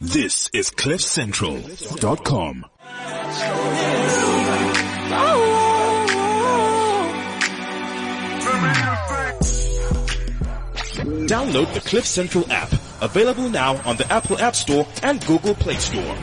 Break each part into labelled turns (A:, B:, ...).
A: This is CliffCentral.com. Download the Cliff Central app, available now on the Apple App Store and Google Play Store.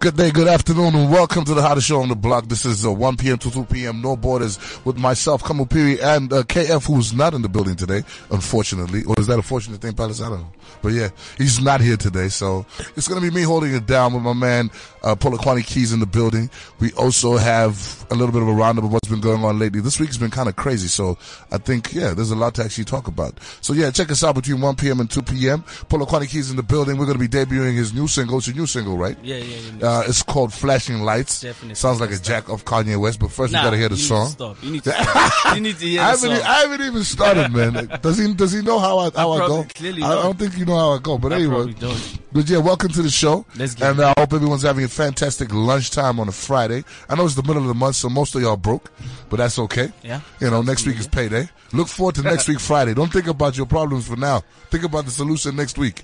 B: Good day, good afternoon, and welcome to the hottest show on the block. This is uh, 1 p.m. to 2 p.m. No borders with myself, Kamal Piri, and uh, KF, who's not in the building today, unfortunately. Or is that a fortunate thing, Palace? I don't know. But yeah, he's not here today, so it's gonna be me holding it down with my man uh, Polokwane Keys in the building. We also have a little bit of a roundup of what's been going on lately. This week's been kind of crazy, so I think yeah, there's a lot to actually talk about. So yeah, check us out between 1 p.m. and 2 p.m. Polokwane Keys in the building. We're gonna be debuting his new single. It's a new single, right?
C: Yeah, yeah, yeah.
B: Uh, it's called Flashing Lights.
C: Definitely.
B: Sounds like a jack of Kanye West, but first we gotta hear the
C: you
B: song.
C: Need to stop. You need to stop. you need to hear
B: I
C: the
B: haven't,
C: song.
B: e- I haven't even started, man. Like, does he does he know how I how I,
C: probably-
B: go?
C: clearly
B: I, I
C: not.
B: don't think you know how I go, but
C: I
B: anyway.
C: probably don't.
B: But yeah, welcome to the show.
C: Let's get
B: and uh, I hope everyone's having a fantastic lunchtime on a Friday. I know it's the middle of the month, so most of y'all broke, but that's okay.
C: Yeah.
B: You know, next week is payday. Look forward to next week Friday. Don't think about your problems for now. Think about the solution next week.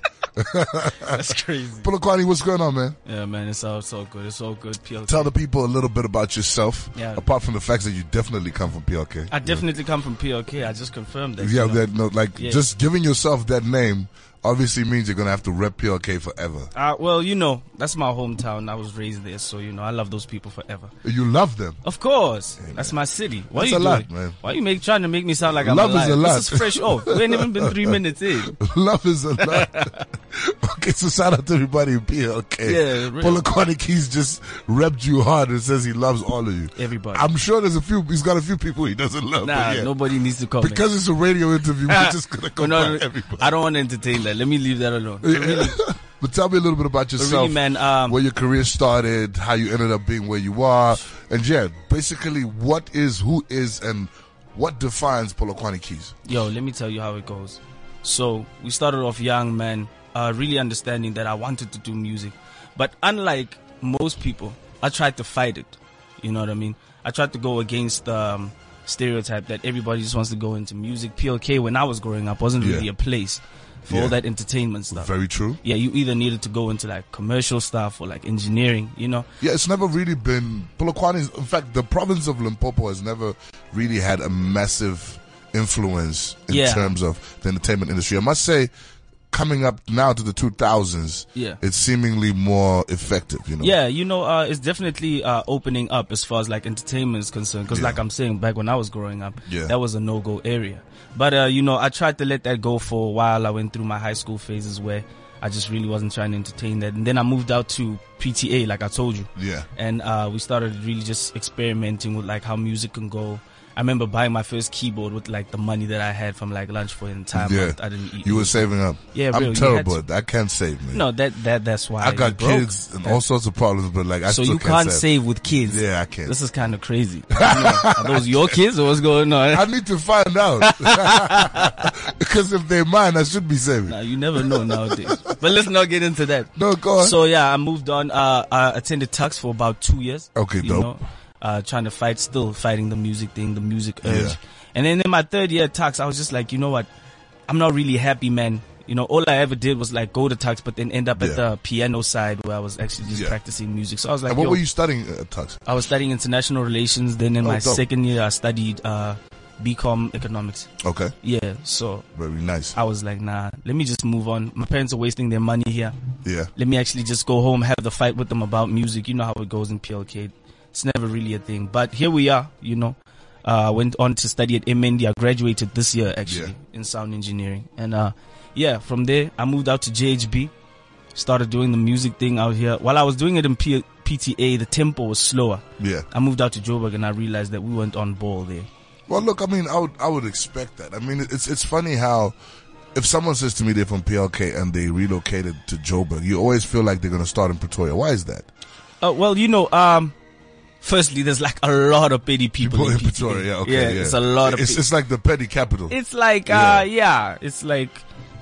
C: That's crazy.
B: Pulakwani, what's going on, man?
C: Yeah, man, it's all it's all good. It's all good. PLK.
B: Tell the people a little bit about yourself.
C: Yeah.
B: Apart from the fact that you definitely come from PLK.
C: I definitely come from PLK. I just confirmed that.
B: Yeah,
C: you know.
B: that no, like
C: Yeah.
B: just giving yourself that name obviously means you're gonna have to rep PLK forever.
C: Uh, well, you know, that's my hometown. I was raised there, so you know, I love those people forever.
B: You love them.
C: Of course, that's my city. Why
B: That's
C: you
B: a lot,
C: doing-
B: man.
C: Why you make trying to make me sound like I'm
B: Love is
C: alive?
B: a lot.
C: This is fresh off. We ain't even been three minutes in.
B: love is a lot. okay, so shout out to everybody in PLK.
C: Yeah, real.
B: Polakoni Keys just repped you hard and says he loves all of you.
C: Everybody.
B: I'm sure there's a few. He's got a few people he doesn't love.
C: Nah,
B: but yeah.
C: nobody needs to comment.
B: Because it's a radio interview, we're just gonna
C: Oh,
B: go
C: no,
B: by
C: no,
B: everybody.
C: I don't want to entertain that. Let me leave that alone.
B: but tell me a little bit about
C: But
B: yourself.
C: really, man, um,
B: where your career started, how you ended up being where you are, and yeah, basically what is, who is, and what defines Polokwane Keys.
C: Yo, let me tell you how it goes. So we started off young, man, uh, really understanding that I wanted to do music, but unlike most people, I tried to fight it. You know what I mean? I tried to go against the um, stereotype that everybody just wants to go into music. PLK, when I was growing up, wasn't
B: Yeah.
C: really a place for
B: Yeah.
C: all that entertainment stuff.
B: Very true.
C: yeah, you either needed to go into like commercial stuff or like engineering. You know?
B: Yeah, it's never really been Polokwane. is- In fact, the province of Limpopo has never really had a massive influence in
C: Yeah.
B: terms of the entertainment industry. I must say, coming up now to the 2000s,
C: Yeah.
B: it's seemingly more effective. You know,
C: Yeah, you know, uh, it's definitely uh, opening up as far as like entertainment is concerned. Because,
B: Yeah.
C: like I'm saying, back when I was growing up,
B: Yeah.
C: that was a no go area. But uh, you know, I tried to let that go for a while. I went through my high school phases where I just really wasn't trying to entertain that, and then I moved out to PTA, like I told you,
B: yeah,
C: and uh, we started really just experimenting with like how music can go. I remember buying my first keyboard with like the money that I had from like lunch for an entire
B: yeah.
C: month. Um, I didn't eat.
B: You were saving up.
C: Yeah,
B: I'm
C: real, you
B: terrible.
C: had
B: at that. I can't save man.
C: no, that that that's why
B: I
C: you
B: got
C: broke.
B: kids and all sorts of problems, but like I
C: so
B: still
C: you can't
B: save.
C: save with kids.
B: Yeah, I can't.
C: This is kind of crazy. You know, are those your kids or what's going
B: I
C: on?
B: need to find out because if they're mine, I should be saving.
C: Nah, you never know nowadays. But let's not get into that.
B: No, go on.
C: So yeah, I moved on. Uh, I attended Tux for about two years.
B: Okay,
C: you
B: dope.
C: know, uh, trying to fight, still fighting the music thing, the music urge.
B: Yeah.
C: And then in my third year at Tux, I was just like, you know what? I'm not really happy, man. You know, all I ever did was like go to Tux, but then end up
B: Yeah.
C: at the piano side where I was actually just
B: Yeah.
C: practicing music. So I was like,
B: and what
C: yo,
B: were you studying uh, at Tux?
C: I was studying international relations. Then in
B: Oh,
C: my
B: dope.
C: second year, I studied uh, BCom economics.
B: Okay,
C: Yeah, so
B: very nice.
C: I was like, nah, let me just move on. My parents are wasting their money here.
B: Yeah,
C: Let me actually just go home, have the fight with them about music. You know how it goes in PLK. It's never really a thing. But here we are, you know. Uh, I went on to study at MND. I graduated this year, actually,
B: Yeah.
C: in sound engineering. And uh, yeah, from there, I moved out to JHB, started doing the music thing out here. While I was doing it in P- PTA, the tempo was slower.
B: yeah.
C: I moved out to Joburg and I realized that we weren't on ball there.
B: Well, look, I mean, I would, I would expect that. I mean, it's it's funny how if someone says to me they're from PLK and they relocated to Joburg, you always feel like they're going to start in Pretoria. Why is that?
C: Uh, well, you know, um, firstly, there's like a lot of petty people,
B: People in
C: PTA.
B: Pretoria, yeah, okay,
C: yeah,
B: yeah,
C: it's a lot of.
B: It's,
C: It's,
B: it's like the petty capital.
C: it's like,
B: Yeah.
C: uh, yeah, it's like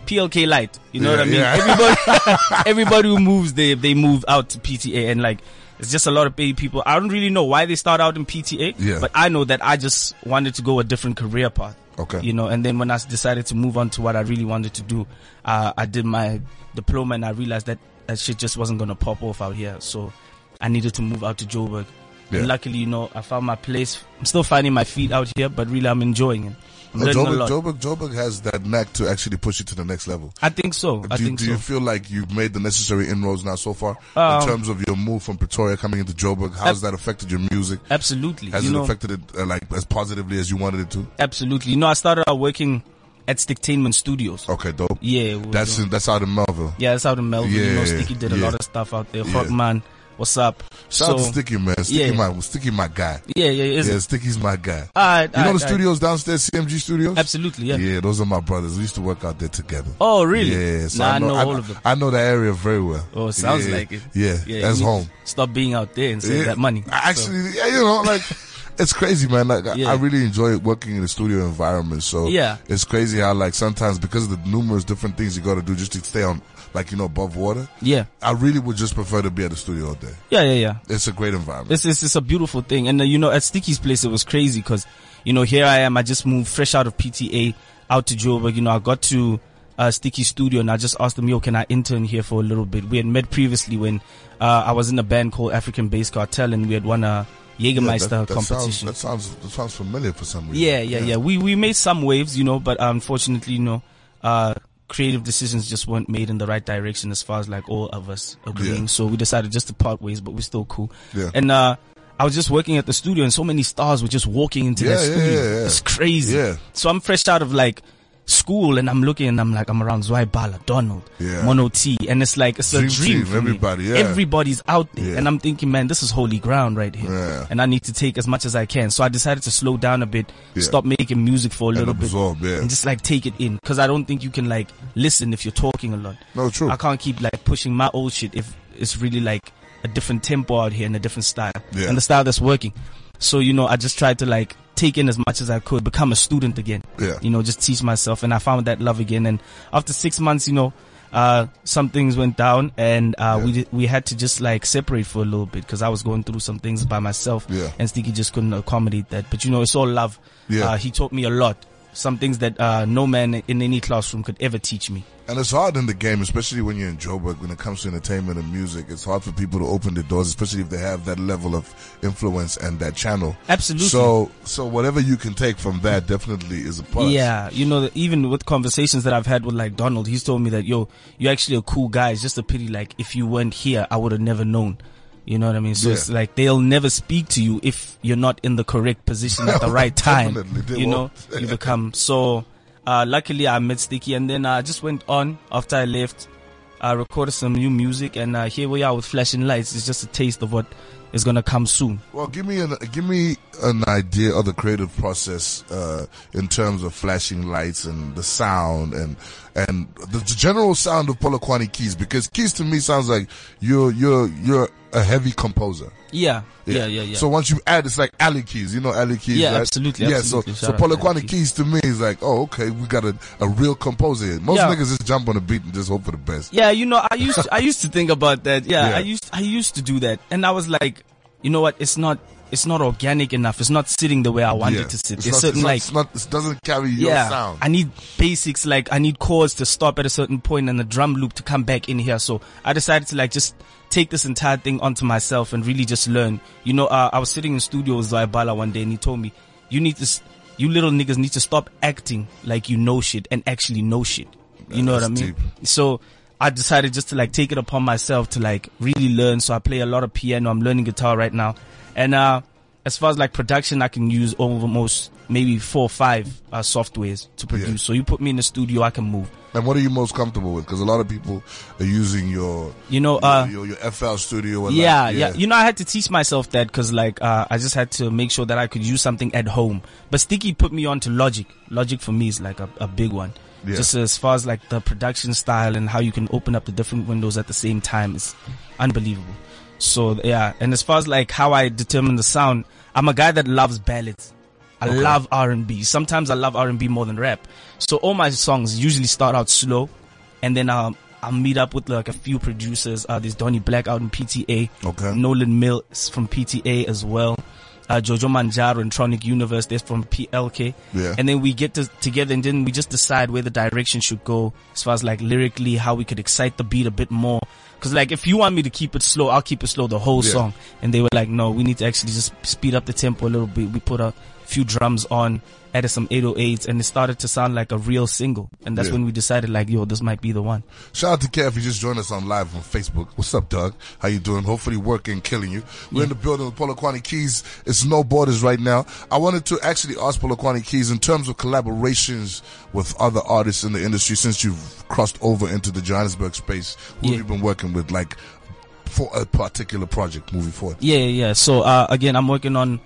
C: PLK light. You know
B: Yeah,
C: what I mean?
B: yeah.
C: Everybody, everybody who moves, they they move out to PTA, and like, it's just a lot of petty people. I don't really know why they start out in PTA,
B: Yeah.
C: but I know that I just wanted to go a different career path.
B: Okay.
C: You know, and then when I s- decided to move on to what I really wanted to do, uh, I did my diploma and I realized that that shit just wasn't gonna pop off out here. So I needed to move out to Joburg.
B: Yeah.
C: And luckily, you know, I found my place. I'm still finding my feet out here, but really, I'm enjoying it. I'm
B: Uh,
C: learning a
B: Joburg,
C: lot.
B: Joburg, Joburg has that knack to actually push you to the next level.
C: I think so. I
B: do,
C: think
B: do
C: so.
B: you feel like you've made the necessary inroads now so far in
C: Um,
B: terms of your move from Pretoria coming into Joburg? How's that affected your music?
C: Absolutely.
B: Has
C: you
B: it
C: know,
B: affected it uh, like as positively as you wanted it to?
C: absolutely. You know, I started out working at Sticktainment Studios.
B: Okay, dope.
C: Yeah. we were
B: That's
C: doing-
B: in, that's out in Melville.
C: yeah, that's out in Melbourne. you know,
B: Yeah,
C: Sticky did a
B: yeah.
C: lot of stuff out there.
B: Yeah.
C: Hotman, what's up?
B: Shout out to
C: so,
B: Sticky man, Sticky
C: yeah.
B: my Sticky my guy.
C: yeah, yeah, is
B: Yeah,
C: it?
B: Sticky's my guy.
C: All right, all
B: You know the
C: right, all right.
B: studios downstairs, CMG Studios.
C: Absolutely, yeah.
B: Yeah, those are my brothers. We used to work out there together.
C: Oh, really?
B: Yeah, so
C: nah,
B: I know,
C: all
B: I,
C: of them.
B: I know that area very well.
C: Oh, sounds
B: Yeah,
C: like it.
B: Yeah,
C: you
B: that's
C: need to
B: home.
C: Stop being out there and save
B: Yeah.
C: that money.
B: I Actually, yeah, you know, like it's crazy, man. Like I-
C: Yeah.
B: I really enjoy working in the studio environment. So
C: Yeah.
B: it's crazy how like sometimes because of the numerous different things you got to do just to stay on, like you know, above water.
C: yeah,
B: I really would just prefer to be at the studio all day.
C: yeah, yeah, yeah.
B: It's a great environment.
C: It's, it's, it's a beautiful thing. And, uh, you know, at Sticky's place, it was crazy because, you know, here I am. I just moved fresh out of PTA out to Joburg. You know, I got to uh, Sticky's studio and I just asked them, yo, can I intern here for a little bit? We had met previously when uh, I was in a band called African Bass Cartel and we had won a
B: Yeah,
C: Jägermeister
B: that, that
C: competition.
B: Sounds, that sounds that sounds familiar for some reason.
C: Yeah, yeah, yeah. We we made some waves, you know, but unfortunately, you know, uh, creative decisions just weren't made in the right direction as far as like all of us agreeing.
B: Yeah.
C: So we decided just to part ways, but we're still cool.
B: Yeah.
C: And uh, I was just working at the studio, and so many stars were just walking into the
B: Yeah, yeah,
C: studio.
B: yeah, yeah.
C: It's crazy.
B: Yeah.
C: So I'm fresh out of like school, and I'm looking, and I'm like, I'm around Zwei Bala, Donald,
B: Yeah.
C: Mono T, and it's like it's
B: Dream
C: a dream.
B: team,
C: for me.
B: everybody, yeah.
C: Everybody's out there,
B: Yeah.
C: and I'm thinking, man, this is holy ground right here,
B: Yeah.
C: and I need to take as much as I can. So I decided to slow down a bit,
B: Yeah.
C: stop making music for a little bit
B: absorb, yeah.
C: and just like take it in because I don't think you can like listen if you're talking a lot.
B: No, true.
C: I can't keep like pushing my old shit if it's really like a different tempo out here and a different style
B: Yeah.
C: and the style that's working. So you know, I just tried to like take in as much as I could, become a student again.
B: Yeah.
C: You know, just teach myself, and I found that love again. And after six months, you know. Uh, some things went down and, uh,
B: Yeah.
C: we, di- we had to just like separate for a little bit because I was going through some things by myself
B: Yeah.
C: and Sticky just couldn't accommodate that. But you know, it's all love.
B: Yeah.
C: Uh, he taught me a lot. Some things that uh, no man in any classroom could ever teach me.
B: And it's hard in the game, especially when you're in Joburg, when it comes to entertainment and music. It's hard for people to open their doors, especially if they have that level of influence and that channel.
C: Absolutely.
B: So, so whatever you can take from that definitely is a plus.
C: yeah, you know, that even with conversations that I've had with like Donald, he's told me that yo, you're actually a cool guy. It's just a pity, like if you weren't here, I would have never known. You know what I mean? So
B: Yeah.
C: it's like they'll never speak to you if you're not in the correct position at the right time.
B: Definitely, they
C: you know,
B: won't.
C: you become so. Uh, luckily, I met Sticky, and then uh, I just went on after I left. I recorded some new music, and uh, here we are with flashing lights. It's just a taste of what is gonna come soon.
B: Well, give me an give me an idea of the creative process uh, in terms of flashing lights and the sound and and the general sound of Polokwane Keys because Keys to me sounds like you're you're you're a heavy composer.
C: Yeah, yeah, yeah, yeah.
B: So once you add, it's like alley keys. You know alley keys,
C: Yeah,
B: right?
C: absolutely,
B: Yeah,
C: absolutely.
B: so
C: Shout
B: so
C: out to
B: Polokwane
C: Alley
B: keys.
C: Keys.
B: to me is like, oh, okay, we got a, a real composer here. Most
C: Yeah.
B: niggas just jump on a beat and just hope for the best.
C: Yeah, you know, I used I used to think about that. Yeah,
B: Yeah.
C: I used I used to do that, and I was like, you know what? It's not it's not organic enough. It's not sitting the way I want
B: Yeah.
C: it to sit.
B: It's
C: It's,
B: not,
C: certain
B: it's not-
C: like
B: it's not- it doesn't carry your
C: yeah,
B: sound.
C: I need basics like I need chords to stop at a certain point and the drum loop to come back in here. So I decided to like just take this entire thing onto myself and really just learn. You know, uh, I was sitting in studio with Zaibala one day and he told me, "You need to, s- you little niggas need to stop acting like you know shit and actually know shit." You know what I
B: That's
C: mean?
B: deep.
C: So I decided just to like take it upon myself to like really learn. So I play a lot of piano. I'm learning guitar right now. And, uh, as far as like production, I can use almost maybe four or five uh, softwares to produce.
B: Yeah.
C: So you put me in the studio, I can move.
B: and what are you most comfortable with? Because a lot of people are using your
C: You know, uh,
B: your, your, your FL Studio. And
C: yeah,
B: like,
C: yeah, You know, I had to teach myself that because like uh, I just had to make sure that I could use something at home. But Sticky put me on to Logic. Logic for me is like a, a big one.
B: Yeah.
C: Just as far as like the production style and how you can open up the different windows at the same time is unbelievable. So yeah, and as far as like how I determine the sound, I'm a guy that loves ballads. I love R&B. Sometimes I love R&B more than rap. So all my songs usually start out slow, and then I'll I'll meet up with like a few producers. Uh, there's Donny Black out in PTA.
B: Okay.
C: Nolan Mills from PTA as well. uh, Jojo Manjaro and Tronic Universe. They're from PLK.
B: Yeah.
C: And then we get to, together and then we just decide where the direction should go as far as like lyrically, how we could excite the beat a bit more. Cause like if you want me to keep it slow, I'll keep it slow the whole
B: Yeah.
C: song. And they were like, no, we need to actually just speed up the tempo a little bit. We put a few drums on, added some 808s and it started to sound like a real single. And that's
B: Yeah.
C: when we decided like, yo, this might be the one.
B: Shout out to Kev. You just joined us on live on Facebook. What's up, Doug? How you doing? Hopefully, working, killing you. We're in the building with Polokwane Keys. It's no borders right now. I wanted to actually ask Polokwane Keys in terms of collaborations with other artists in the industry since you've crossed over into the Johannesburg space. Who
C: Yeah.
B: have you been working with, like, for a particular project moving forward?
C: Yeah, yeah. yeah. So uh, again, I'm working on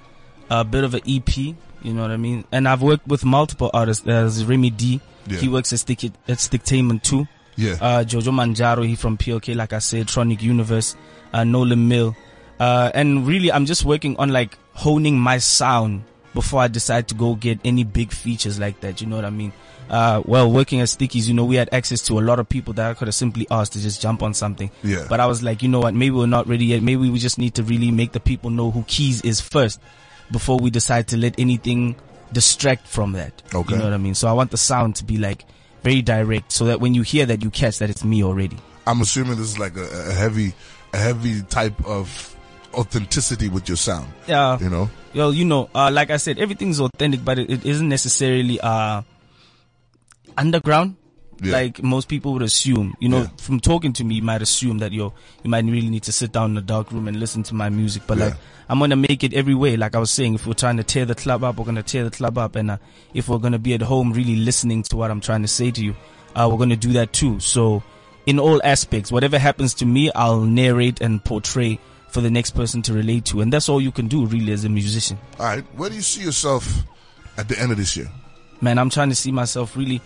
C: a bit of an EP. You know what I mean? And I've worked with multiple artists. There's Remy D.
B: Yeah.
C: He works at Stick at Sticktainment too.
B: Yeah.
C: Uh, Jojo Manjaro, he from POK, like I said, Tronic Universe, uh, Nolan Mill. Uh, and really, I'm just working on like honing my sound before I decide to go get any big features like that. You know what I mean? Uh, well, working at Stickies, you know, we had access to a lot of people that I could have simply asked to just jump on something.
B: Yeah.
C: But I was like, you know what? Maybe we're not ready yet. Maybe we just need to really make the people know who Keys is first before we decide to let anything distract from that.
B: Okay.
C: You know what I mean? So I want the sound to be like very direct so that when you hear that, you catch that it's me already.
B: I'm assuming this is like a, a heavy, a heavy type of authenticity with your sound.
C: Yeah.
B: You know?
C: Well, you know, uh, like I said, everything's authentic, but it, it isn't necessarily, uh, underground.
B: Yeah.
C: Like most people would assume, you know,
B: Yeah.
C: from talking to me, you might assume that yo, you might really need to sit down in a dark room and listen to my music. But like,
B: Yeah.
C: I'm gonna make it every way. Like I was saying, if we're trying to tear the club up, we're gonna tear the club up, and uh, if we're gonna be at home really listening to what I'm trying to say to you, uh, we're gonna do that too. So, in all aspects, whatever happens to me, I'll narrate and portray for the next person to relate to, and that's all you can do really as a musician.
B: All right. Where do you see yourself at the end of this year?
C: man, I'm trying to see myself really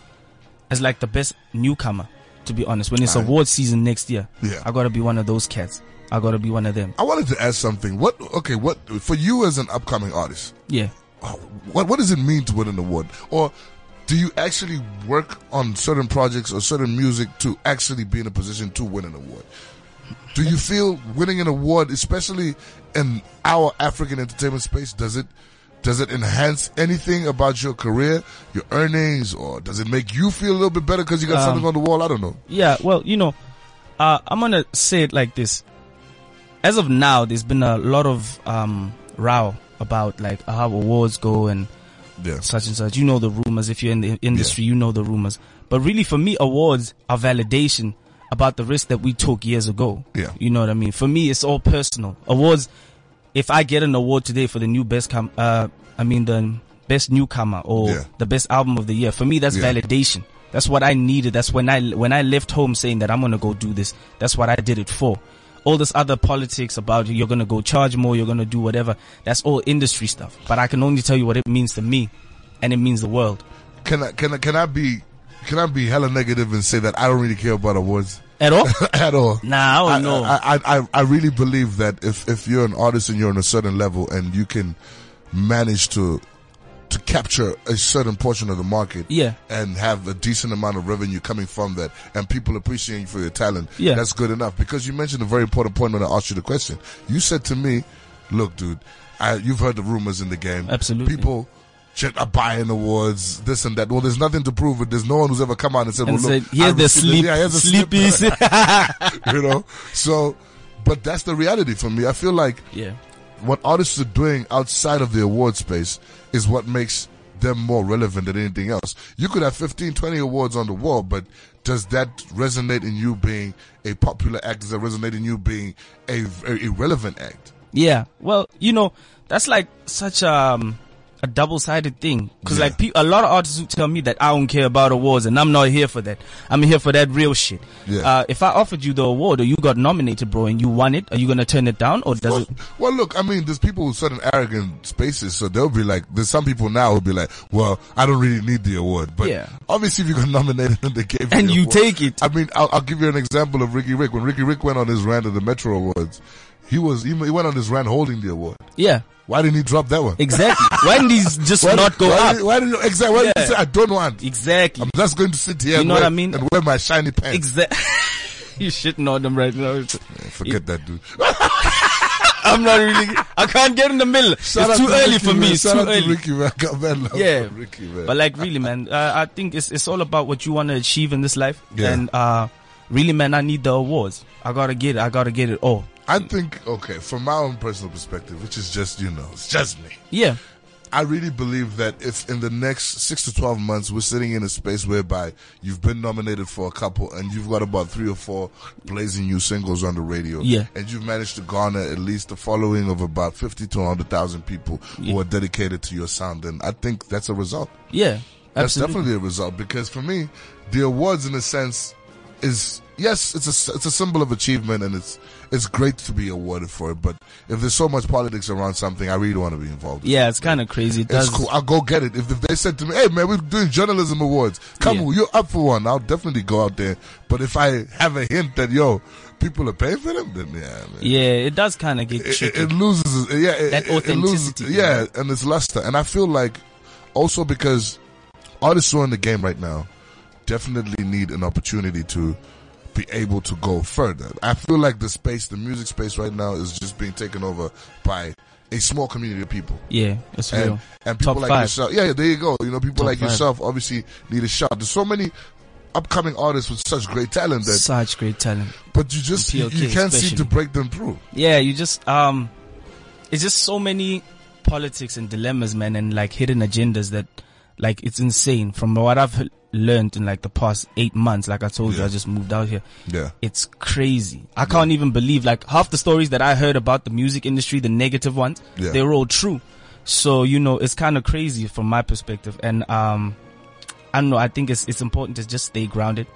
C: as like the best newcomer, to be honest. When it's
B: Aye.
C: award season next year,
B: Yeah.
C: I gotta be one of those cats. I gotta be one of them.
B: I wanted to ask something. What okay? What for you as an upcoming artist? uh,
C: Yeah.
B: What what does it mean to win an award? Or do you actually work on certain projects or certain music to actually be in a position to win an award? Do you feel winning an award, especially in our African entertainment space, does it does it enhance anything about your career, your earnings, or does it make you feel a little bit better because you got
C: Um,
B: something on the wall? I don't know.
C: Yeah, well, you know, uh, I'm gonna say it like this. As of now, there's been a lot of um, row about like how awards go and
B: Yeah,
C: such and such. You know the rumors. If you're in the industry, you know the rumors. But really, for me, awards are validation about the risk that we took years ago.
B: Yeah.
C: You know what I mean? For me, it's all personal. Awards, if I get an award today for the new best, com- uh, I mean, the best newcomer or
B: Yeah.
C: the best album of the year, for me, that's
B: Yeah.
C: validation. That's what I needed. That's when I, when I left home saying that I'm going to go do this. That's what I did it for. All this other politics about you're going to go charge more, you're going to do whatever. That's all industry stuff. But I can only tell you what it means to me and it means the world.
B: can I can I can I be can I be hella negative and say that I don't really care about awards?
C: At all?
B: at all.
C: Nah, I
B: I,
C: don't know.
B: I, I, I, I really believe that if, if you're an artist and you're on a certain level and you can manage to to capture a certain portion of the market
C: Yeah.
B: and have a decent amount of revenue coming from that and people appreciating you for your talent,
C: Yeah.
B: that's good enough. Because you mentioned a very important point when I asked you the question. You said to me, look, dude, I, you've heard the rumors in the game.
C: Absolutely.
B: People ju- are buying awards, this and that. Well, there's nothing to prove it. There's no one who's ever come out and said,
C: and
B: well, look,
C: said, here's
B: I
C: the
B: received it."
C: sleep,
B: Yeah, here's a slip
C: sleepy.
B: you know so but that's the reality for me i feel like
C: yeah.
B: what artists are doing outside of the award space is what makes them more relevant than anything else you could have 15 20 awards on the wall but does that resonate in you being a popular act does that resonate in you being a, a irrelevant act
C: Yeah. Well, you know, that's like such um a double-sided thing because
B: Yeah.
C: like pe- a lot of artists who tell me that I don't care about awards and I'm not here for that. I'm here for that real shit.
B: Yeah.
C: Uh, if I offered you the award or you got nominated, bro, and you won it, are you gonna turn it down or does
B: Well,
C: it?
B: well, look, I mean, there's people with certain arrogant spaces, so they'll be like, there's some people now who'll be like, well, I don't really need the award, but
C: Yeah.
B: obviously if you got nominated and they gave you
C: And
B: the
C: you
B: award-
C: take it.
B: I mean, I'll, I'll give you an example of Ricky Rick. When Ricky Rick went on his rant at the Metro Awards, he was, he, he went on his rant holding the award.
C: Yeah.
B: Why didn't he drop that one?
C: Exactly. Why didn't these just
B: Why,
C: not go
B: why
C: up?
B: Did, why did, exactly, why did he
C: Yeah.
B: say, I don't want?
C: Exactly.
B: I'm just going to sit here
C: You
B: and,
C: know what
B: wear,
C: I mean?
B: and wear my shiny pants.
C: Exactly. you shitting on them right now. It's-
B: Forget that dude.
C: I'm not really. I can't get in the middle.
B: Shout out
C: it's too
B: to
C: early
B: Ricky,
C: for me.
B: man.
C: It's
B: Shout
C: too
B: out
C: early.
B: To Ricky, man. God, man, love
C: yeah,
B: Ricky, man.
C: but like really, man, uh, I think it's it's all about what you want to achieve in this life,
B: Yeah.
C: and uh, really, man, I need the awards. I gotta get it. I gotta get it all.
B: I think, okay, from my own personal perspective, which is just, you know, it's just me.
C: Yeah,
B: I really believe that if in the next six to 12 months we're sitting in a space whereby you've been nominated for a couple and you've got about three or four blazing new singles on the radio.
C: Yeah.
B: And you've managed to garner at least a following of about 50 to 100,000 people who are dedicated to your sound. And I think that's a result.
C: yeah,
B: That's
C: absolutely.
B: definitely a result because for me, the awards in a sense is yes, it's a it's a symbol of achievement and it's it's great to be awarded for it. But if there's so much politics around something, I really don't want to be involved. in it.
C: yeah, it's kind of crazy. It does,
B: It's cool. I'll go get it. If, if they said to me, "Hey man, we're doing journalism awards. Come,
C: Yeah.
B: you're up for one." I'll definitely go out there. But if I have a hint that yo, people are paying for them, then yeah, man.
C: Yeah, it does kind of get
B: It, it-
C: tricky.
B: it loses, yeah, it,
C: That
B: it- it loses-
C: authenticity.
B: yeah, and it's luster. And I feel like also because artists who are in the game right now definitely need an opportunity to be able to go further. I feel like the space, the music space right now, is just being taken over by a small community of people.
C: yeah, it's
B: And,
C: real.
B: and people
C: Top
B: like
C: five.
B: yourself, yeah, yeah, there you go. You know, people
C: Top
B: like
C: five.
B: yourself obviously need a shot. There's so many upcoming artists with such great talent that,
C: Such great talent.
B: but you just you,
C: PLK
B: you can't seem to
C: especially.
B: break them through.
C: Yeah, you just um, it's just so many politics and dilemmas, man, and like hidden agendas that, like, it's insane. From what I've learned in like the past eight months, like I told you,
B: Yeah.
C: I just moved out here.
B: Yeah.
C: It's crazy. I can't even believe like half the stories that I heard about the music industry, the negative ones,
B: Yeah.
C: they were all true. So, you know, it's kind of crazy from my perspective. And, um, I don't know. I think it's, it's important to just stay grounded.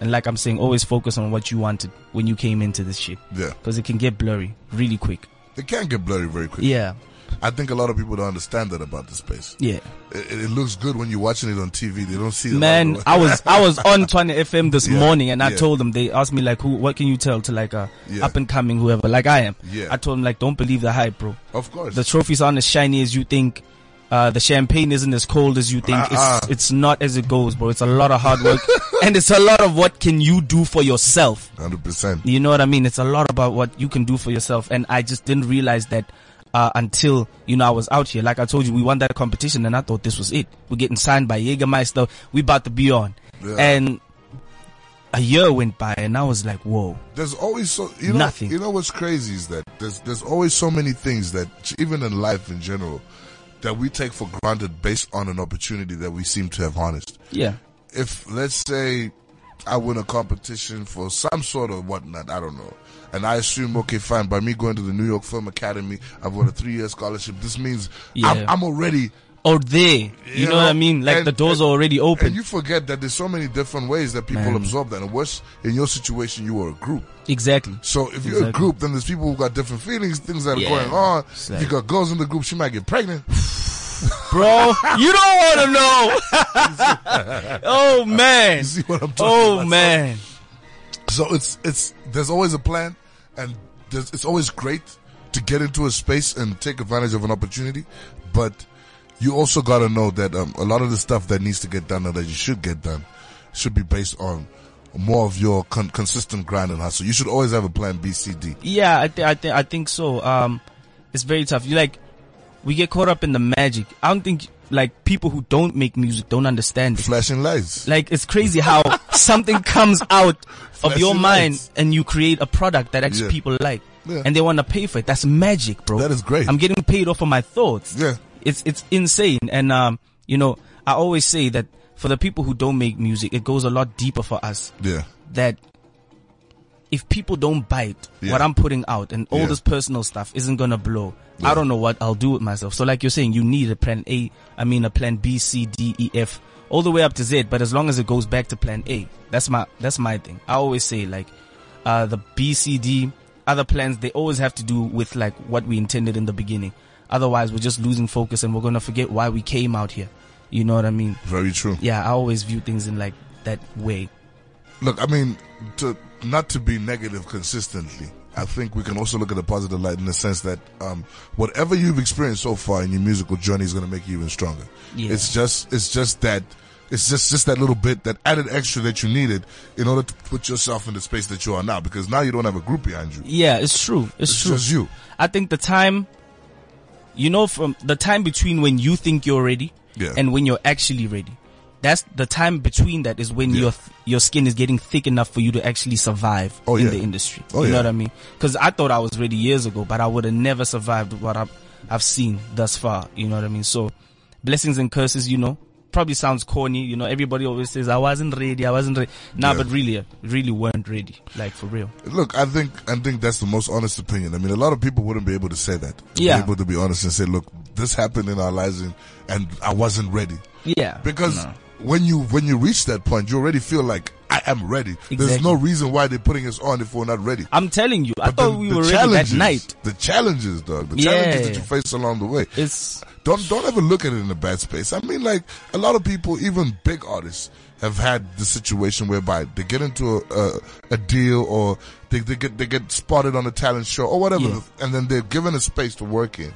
C: And like I'm saying, always focus on what you wanted when you came into this shit.
B: Yeah.
C: Cause it can get blurry really quick.
B: It can get blurry very quickly.
C: Yeah.
B: I think a lot of people don't understand that about the space.
C: Yeah.
B: It, it looks good when you're watching it on TV. They don't see it.
C: Man, I was, I was on 20 FM this
B: Yeah,
C: morning and I
B: yeah.
C: told them, they asked me like, who, what can you tell to like a
B: Yeah.
C: up and coming whoever, like I am.
B: Yeah.
C: I told them like, don't believe the hype, bro.
B: of course.
C: the trophies aren't as shiny as you think. Uh, the champagne isn't as cold as you think.
B: Uh-uh.
C: It's it's not as it goes, bro. It's a lot of hard work, and it's a lot of what can you do for yourself.
B: Hundred percent.
C: You know what I mean? It's a lot about what you can do for yourself, and I just didn't realize that uh, until you know I was out here. Like I told you, we won that competition, and I thought this was it. We're getting signed by Jägermeister. We about to be on,
B: Yeah.
C: and a year went by, and I was like, whoa,
B: There's always so you know
C: Nothing.
B: you know what's crazy is that there's there's always so many things that even in life in general that we take for granted based on an opportunity that we seem to have harnessed.
C: yeah,
B: if let's say I win a competition for some sort of whatnot, I don't know. And I assume, okay, fine, by me going to the New York Film Academy, I've got a three year scholarship. This means I'm,
C: Yeah.
B: I'm already.
C: or there. You,
B: You
C: know, what
B: know,
C: I mean? Like
B: and-
C: the doors
B: and-
C: are already open.
B: And you forget that there's so many different ways that people
C: Man.
B: absorb that. And worse, in your situation, you were a group.
C: exactly.
B: So if you're a
C: Exactly.
B: group, then there's people who got different feelings, things that are
C: Yeah.
B: going on.
C: It's like-
B: you got girls in the group, she might get pregnant.
C: bro. You don't want to know. oh man.
B: see what I'm talking
C: Oh
B: about?
C: man.
B: So it's it's there's always a plan, and there's, it's always great to get into a space and take advantage of an opportunity, but you also got to know that um, a lot of the stuff that needs to get done or that you should get done should be based on more of your con- consistent grind and hustle. You should always have a plan B, C, D.
C: Yeah, I think I think I think so. Um, it's very tough. You like, we get caught up in the magic. I don't think like people who don't make music don't understand. It.
B: Flashing lights.
C: Like it's crazy how something comes out of your
B: Flashing
C: mind
B: lights.
C: and you create a product that actually
B: Yeah.
C: people like
B: Yeah.
C: and they want to pay for it. That's magic, bro.
B: That is great.
C: I'm getting paid off of my thoughts.
B: Yeah.
C: It's it's insane. And um, you know, I always say that for the people who don't make music, it goes a lot deeper for us
B: Yeah.
C: that if people don't bite
B: Yeah.
C: what I'm putting out and all
B: Yeah.
C: this personal stuff isn't gonna blow, I don't know what I'll do with myself. So like you're saying, you need a plan A, I mean a plan B, C, D, E, F, all the way up to Z, but as long as it goes back to plan A. That's my that's my thing. I always say like uh the B C D other plans they always have to do with like what we intended in the beginning. Otherwise we're just losing focus and we're gonna forget why we came out here. You know what I mean?
B: Very true.
C: Yeah, I always view things in like that way.
B: Look, I mean, to not to be negative consistently. I think we can also look at a positive light in the sense that um, whatever you've experienced so far in your musical journey is going to make you even stronger.
C: Yeah.
B: It's just it's just that It's just just that little bit, that added extra that you needed in order to put yourself in the space that you are now. Because now you don't have a group behind you.
C: Yeah, it's true. It's,
B: It's
C: true.
B: just you.
C: I think the time, you know, from the time between when you think you're ready
B: Yeah.
C: and when you're actually ready, that's the time between that is when
B: Yeah.
C: your th- your skin is getting thick enough for you to actually survive
B: Oh,
C: in
B: yeah.
C: the industry.
B: Oh,
C: you know
B: yeah.
C: what I mean? Because I thought I was ready years ago, but I would have never survived what I've, I've seen thus far. You know what I mean? So, blessings and curses, you know. Probably sounds corny, you know. Everybody always says, "I wasn't ready, I wasn't ready." Nah,
B: Yeah.
C: but really, uh, really weren't ready, like for real.
B: Look, I think I think that's the most honest opinion. I mean, a lot of people wouldn't be able to say that.
C: Yeah.
B: be able to be honest and say, look, this happened in our lives, and, and I wasn't ready
C: Yeah,
B: because
C: No.
B: when you when you reach that point, you already feel like I am ready. There's
C: Exactly.
B: no reason why they're putting us on if we're not ready.
C: I'm telling you, I
B: But
C: thought
B: the-
C: we
B: the
C: were ready that
B: challenges-
C: night.
B: The challenges, dog. The
C: Yeah.
B: challenges that you face along the way.
C: It's
B: Don't don't ever look at it in a bad space. I mean, like a lot of people, even big artists, have had the situation whereby they get into a a, a deal or they, they get they get spotted on a talent show or whatever,
C: Yeah.
B: and then they're given a space to work in.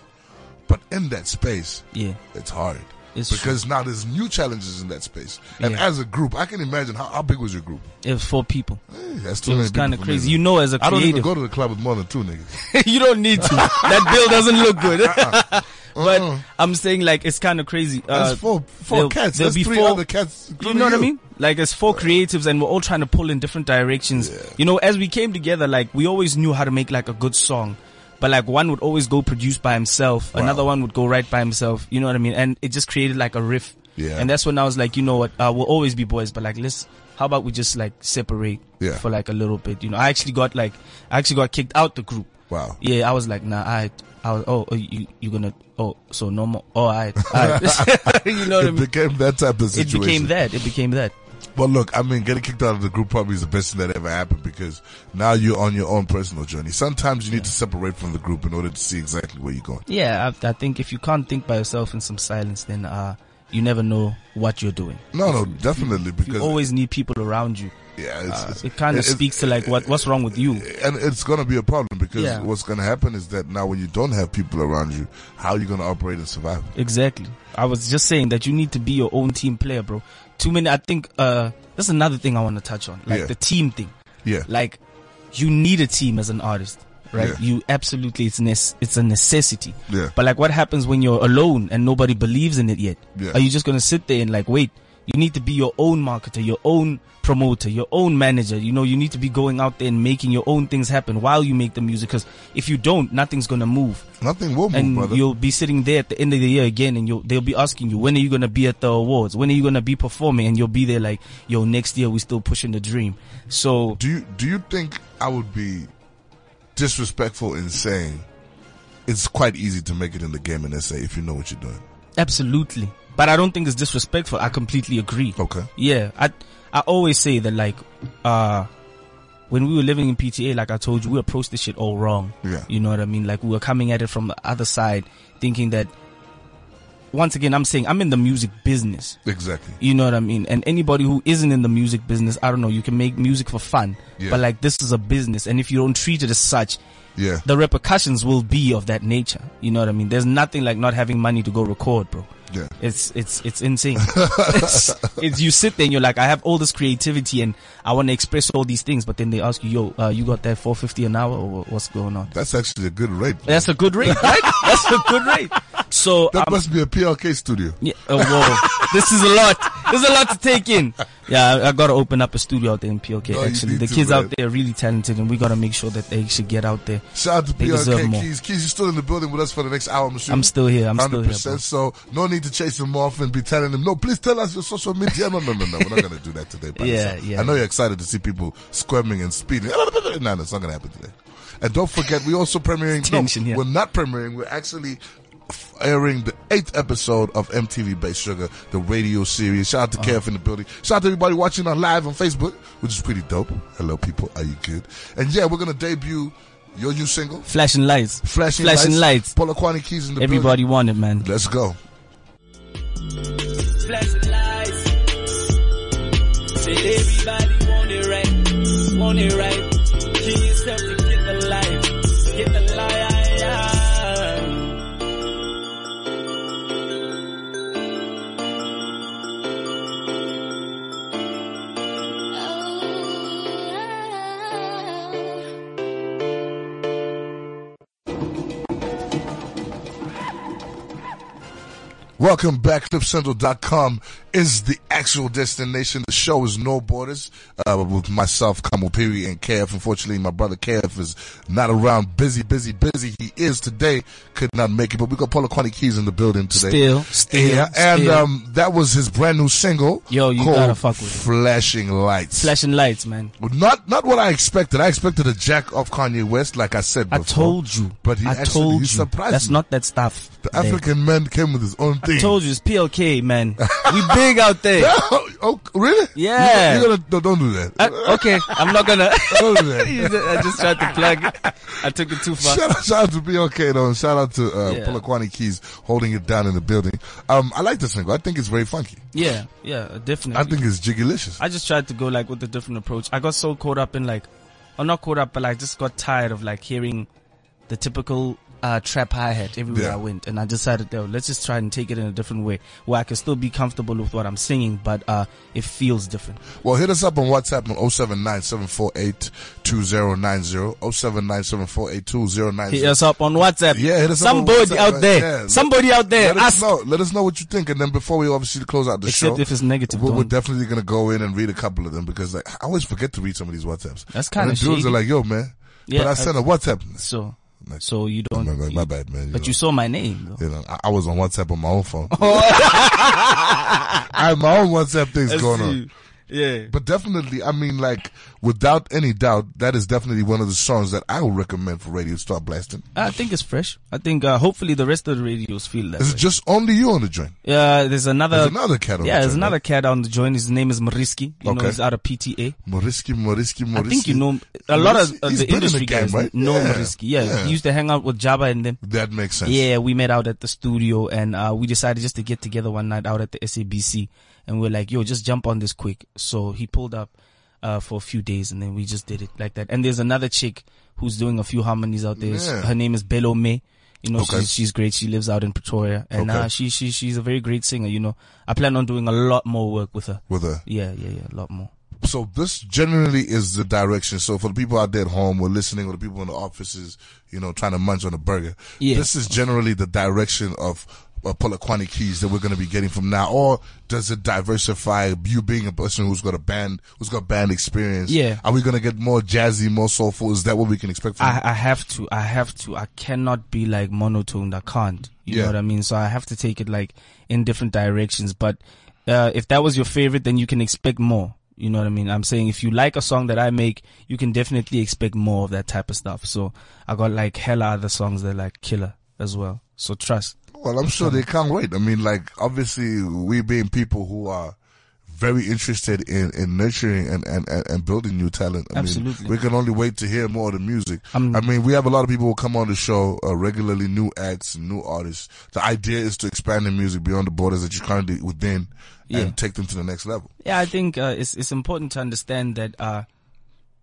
B: But in that space,
C: yeah,
B: it's hard.
C: It's
B: because now there's new challenges in that space. And
C: Yeah.
B: as a group, I can imagine how, how big was your group?
C: it was four people.
B: Eh, That's too
C: It
B: many
C: was
B: people
C: kind of
B: for me,
C: crazy.
B: though.
C: You know, as a
B: I don't
C: creative,
B: even go to the club with more than two niggas.
C: you don't need to. that bill doesn't look good. but I'm saying like it's kind of crazy. Uh,
B: Uh-uh. That's four four
C: there'll-
B: cats.
C: there'll
B: That's
C: be
B: three
C: four-
B: other cats.
C: you
B: including
C: know what I mean? Like it's four creatives and we're all trying to pull in different directions. You know, as we came together, like we always knew how to make like a good song. But like one would always go produce by himself, another one would go write by himself. You know what I mean? And it just created like a riff.
B: Yeah.
C: And that's when I was like, you know what? Uh, we'll always be boys, but like let's. How about we just like separate
B: Yeah.
C: for like a little bit? You know, I actually got like I actually got kicked out the group.
B: Wow.
C: Yeah, I was like, nah, I, I was, oh, oh, you, you gonna, oh, so no more. Oh, I, I, you know what I
B: It
C: mean?
B: became that type of
C: It
B: situation.
C: became that. It became that.
B: But look, I mean, getting kicked out of the group probably is the best thing that ever happened because now you're on your own personal journey. Sometimes you need to separate from the group in order to see exactly where you're going.
C: Yeah, I, I think if you can't think by yourself in some silence, then uh, you never know what you're doing.
B: No, no, definitely
C: You
B: because
C: always need people around you.
B: yeah, it's,
C: Uh,
B: it's-
C: it kind of
B: it's-
C: speaks to like what what's wrong with you.
B: and it's gonna be a problem because
C: Yeah.
B: what's gonna happen is that now when you don't have people around you, how are you gonna operate and survive?
C: Exactly. I was just saying that you need to be your own team player, bro. Too many. I think uh, that's another thing I want to touch on, like
B: Yeah.
C: the team thing.
B: Yeah,
C: like you need a team as an artist right
B: Yeah.
C: you absolutely it's nes- it's a necessity
B: Yeah.
C: but like what happens when you're alone and nobody believes in it yet
B: Yeah.
C: are you just gonna sit there and like wait you need to be your own marketer your own promoter your own manager you know you need to be going out there and making your own things happen while you make the music because if you don't nothing's gonna move
B: nothing will move,
C: and
B: brother.
C: you'll be sitting there at the end of the year again and you'll, they'll be asking you, when are you going to be at the awards? When are you going to be performing? And you'll be there like, yo, next year we're still pushing the dream. So
B: Do you do you think I would be disrespectful in saying it's quite easy to make it in the game in SA if you know what you're doing?
C: Absolutely. But I don't think it's disrespectful. I completely agree.
B: Okay.
C: Yeah. I I always say that like uh when we were living in PTA, like I told you, we approached this shit all wrong.
B: Yeah.
C: You know what I mean? Like we were coming at it from the other side, thinking that once again I'm saying I'm in the music business.
B: Exactly.
C: You know what I mean? And anybody who isn't in the music business, I don't know, you can make music for fun.
B: Yeah.
C: But like this is a business and if you don't treat it as such,
B: Yeah.
C: the repercussions will be of that nature. You know what I mean? There's nothing like not having money to go record, bro.
B: Yeah.
C: It's it's it's insane. it's, it's- you sit there and you're like, I have all this creativity and I want to express all these things, but then they ask you, yo, uh, you got that 450 an hour or what's going on?
B: That's actually a good rate.
C: That's a good rate, right? That's a good rate. So
B: That
C: um,
B: must be a PLK studio.
C: yeah, oh, whoa, this is a lot. This is a lot to take in. Yeah, I, I gotta open up a studio out there in PLK.
B: No, you
C: actually,
B: need
C: the
B: to,
C: kids
B: man.
C: out there are really talented, and we gotta make sure that they should get out there.
B: Shout out to
C: They deserve
B: PLK
C: more.
B: Keys. Keys, you're still in the building with us for the next hour, I'm assuming.
C: I'm still here. I'm still
B: Hundred
C: here. bro.
B: percent. So no need to chase him off and be telling him, no, please tell us your social media. No, no, no, no. We're not gonna do that today. But
C: Yeah, yeah.
B: I know you're excited to see people squirming and speeding. No, no, it's not gonna happen today. And don't forget, we're also premiering.
C: tension
B: no,
C: here.
B: We're not premiering. We're actually f- airing the eighth episode of MTV Base Sugar, the radio series. Shout out
C: Uh-huh.
B: to KF in the building. Shout out to everybody watching on live on Facebook, which is pretty dope. Hello, people. Are you good? And yeah, we're gonna debut your new single.
C: Flashing lights.
B: Flashing,
C: Flashing lights.
B: Paula Kwani Keys in the building.
C: Everybody want it, man.
B: Let's go.
D: flashing lights. Said everybody want it right, want it right. Kill yourself to get the life, get the life.
B: Welcome back. ClipCentral.com is the actual destination. The show is No Borders uh, with myself, Kamal Piri, and KF. Unfortunately, my brother KF is not around. Busy, busy, busy. He is today. Could not make it, but we got Paula Quanti Keys in the building today.
C: Still, still,
B: Yeah, and
C: still.
B: Um, that was his brand new single.
C: Yo, you
B: called
C: gotta fuck with it.
B: Flashing Lights.
C: flashing lights, man.
B: Not not what I expected. I expected a jack off Kanye West, like I said
C: I
B: before.
C: told you.
B: But he
C: I
B: actually
C: told
B: he
C: you.
B: surprised
C: That's
B: me.
C: not that stuff.
B: The African man came with his own thing.
C: I told you it's PLK, man. we big out there.
B: oh, oh, really?
C: Yeah.
B: You're, gonna no, don't do that.
C: I- okay, I'm not gonna.
B: Don't do that.
C: I just tried to plug. it. I took it too far.
B: Shout out, shout out to BLK though, and shout out to uh,
C: Yeah.
B: Polokwane Keys holding it down in the building. Um, I like this single. I think it's very funky.
C: Yeah, yeah, definitely.
B: I think it's jiggylicious.
C: I just tried to go like with a different approach. I got so caught up in like, or not caught up, but like just got tired of like hearing the typical uh, trap hi hat everywhere
B: Yeah.
C: I went, and I decided, though, let's just try and take it in a different way where I can still be comfortable with what I'm singing, but uh, it feels different.
B: Well, hit us up on WhatsApp on 079-748-2090. 079-748-2090.
C: Hit us up on WhatsApp.
B: Yeah, hit us up on
C: somebody
B: WhatsApp,
C: out
B: man.
C: there,
B: Yeah.
C: somebody out there,
B: Let us
C: ask.
B: know. Let us know what you think, and then before we obviously close out the
C: Except
B: show,
C: if it's negative,
B: we're, we're
C: don't.
B: definitely gonna go in and read a couple of them because like I always forget to read some of these WhatsApps.
C: That's kinda
B: And the dudes
C: shady.
B: are like, "Yo, man,"
C: Yeah,
B: but I
C: I-
B: sent a WhatsApp.
C: So,
B: Like-
C: so you don't.
B: I'm like, uh, my bad, man.
C: But
B: know.
C: you Oh. saw my name. Though.
B: You know, I, I was on WhatsApp on my own phone. I have my own WhatsApp things going on.
C: Yeah.
B: But definitely, I mean, like, without any doubt, that is definitely one of the songs that I would recommend for Radio Star Blasting.
C: I think it's fresh. I think uh, hopefully the rest of the radios feel that.
B: Is
C: way.
B: it just only you on the joint?
C: Uh, there's another.
B: There's another cat on
C: yeah,
B: the
C: there's
B: joint,
C: another
B: right?
C: cat on the joint. His name is Mariski. You know,
B: Oh, Okay.
C: he's out of PTA.
B: Moriski, Moriski, Moriski.
C: I think you know a lot of uh,
B: He's
C: the
B: been in
C: industry
B: game,
C: guys
B: right?
C: know
B: Yeah.
C: Mariski. Yeah, he used to hang out with Jabba and them.
B: That makes sense.
C: Yeah, we met out at the studio and uh, we decided just to get together one night out at the SABC and we're like, yo, just jump on this quick. So he pulled up uh, for a few days and then we just did it like that. And there's another chick who's doing a few harmonies out there.
B: Yeah.
C: Her name is Bello May. You know,
B: Okay.
C: she's, she's great. She lives out in Pretoria and
B: Okay.
C: uh, she, she, she's a very great singer, you know. I plan on doing a lot more work with her.
B: With a
C: Yeah, yeah, yeah, a lot more.
B: so this generally is the direction. So for the people out there at home or listening, or the people in the offices, you know, trying to munch on a burger,
C: Yeah.
B: this is generally the direction of uh, Polokwane keys that we're going to be getting from now. Or does it diversify? You being a person who's got a band, who's got band experience,
C: Yeah.
B: Are we going to get more jazzy, more soulful? Is that what we can expect? From
C: I, I have to. I have to. I cannot be like monotoned. I can't. You
B: Yeah.
C: know what I mean? So I have to take it like in different directions. But uh, if that was your favorite, then you can expect more. You know what I mean? I'm saying if you like a song that I make, you can definitely expect more of that type of stuff. So I got like hella other songs that are like killer as well. So trust.
B: Well, I'm sure they can't wait. I mean, like, obviously, we being people who are very interested in, in nurturing and, and, and, and building new talent. I
C: Absolutely.
B: Mean, we can only wait to hear more of the music.
C: I'm-
B: I mean, we have a lot of people who come on the show uh, regularly, new acts, new artists. The idea is to expand the music beyond the borders that you're currently within
C: Yeah.
B: and take them to the next level.
C: Yeah, I think uh, it's it's important to understand that uh,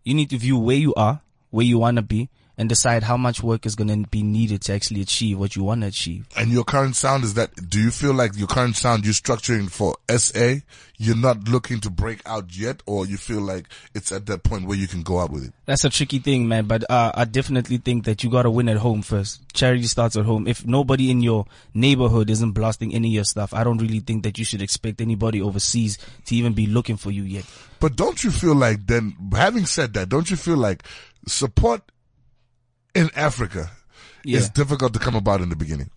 C: you need to view where you are, where you wanna be, and decide how much work is gonna be needed to actually achieve what you wanna achieve.
B: And your current sound is that, do you feel like your current sound you're structuring for SA, you're not looking to break out yet, or you feel like it's at that point where you can go out with it?
C: That's a tricky thing, man. But uh, I definitely think that you gotta win at home first. Charity starts at home. If nobody in your neighborhood isn't blasting any of your stuff, I don't really think that you should expect anybody overseas to even be looking for you yet.
B: But don't you feel like then, having said that, don't you feel like support in Africa
C: Yeah,
B: is difficult to come about in the beginning?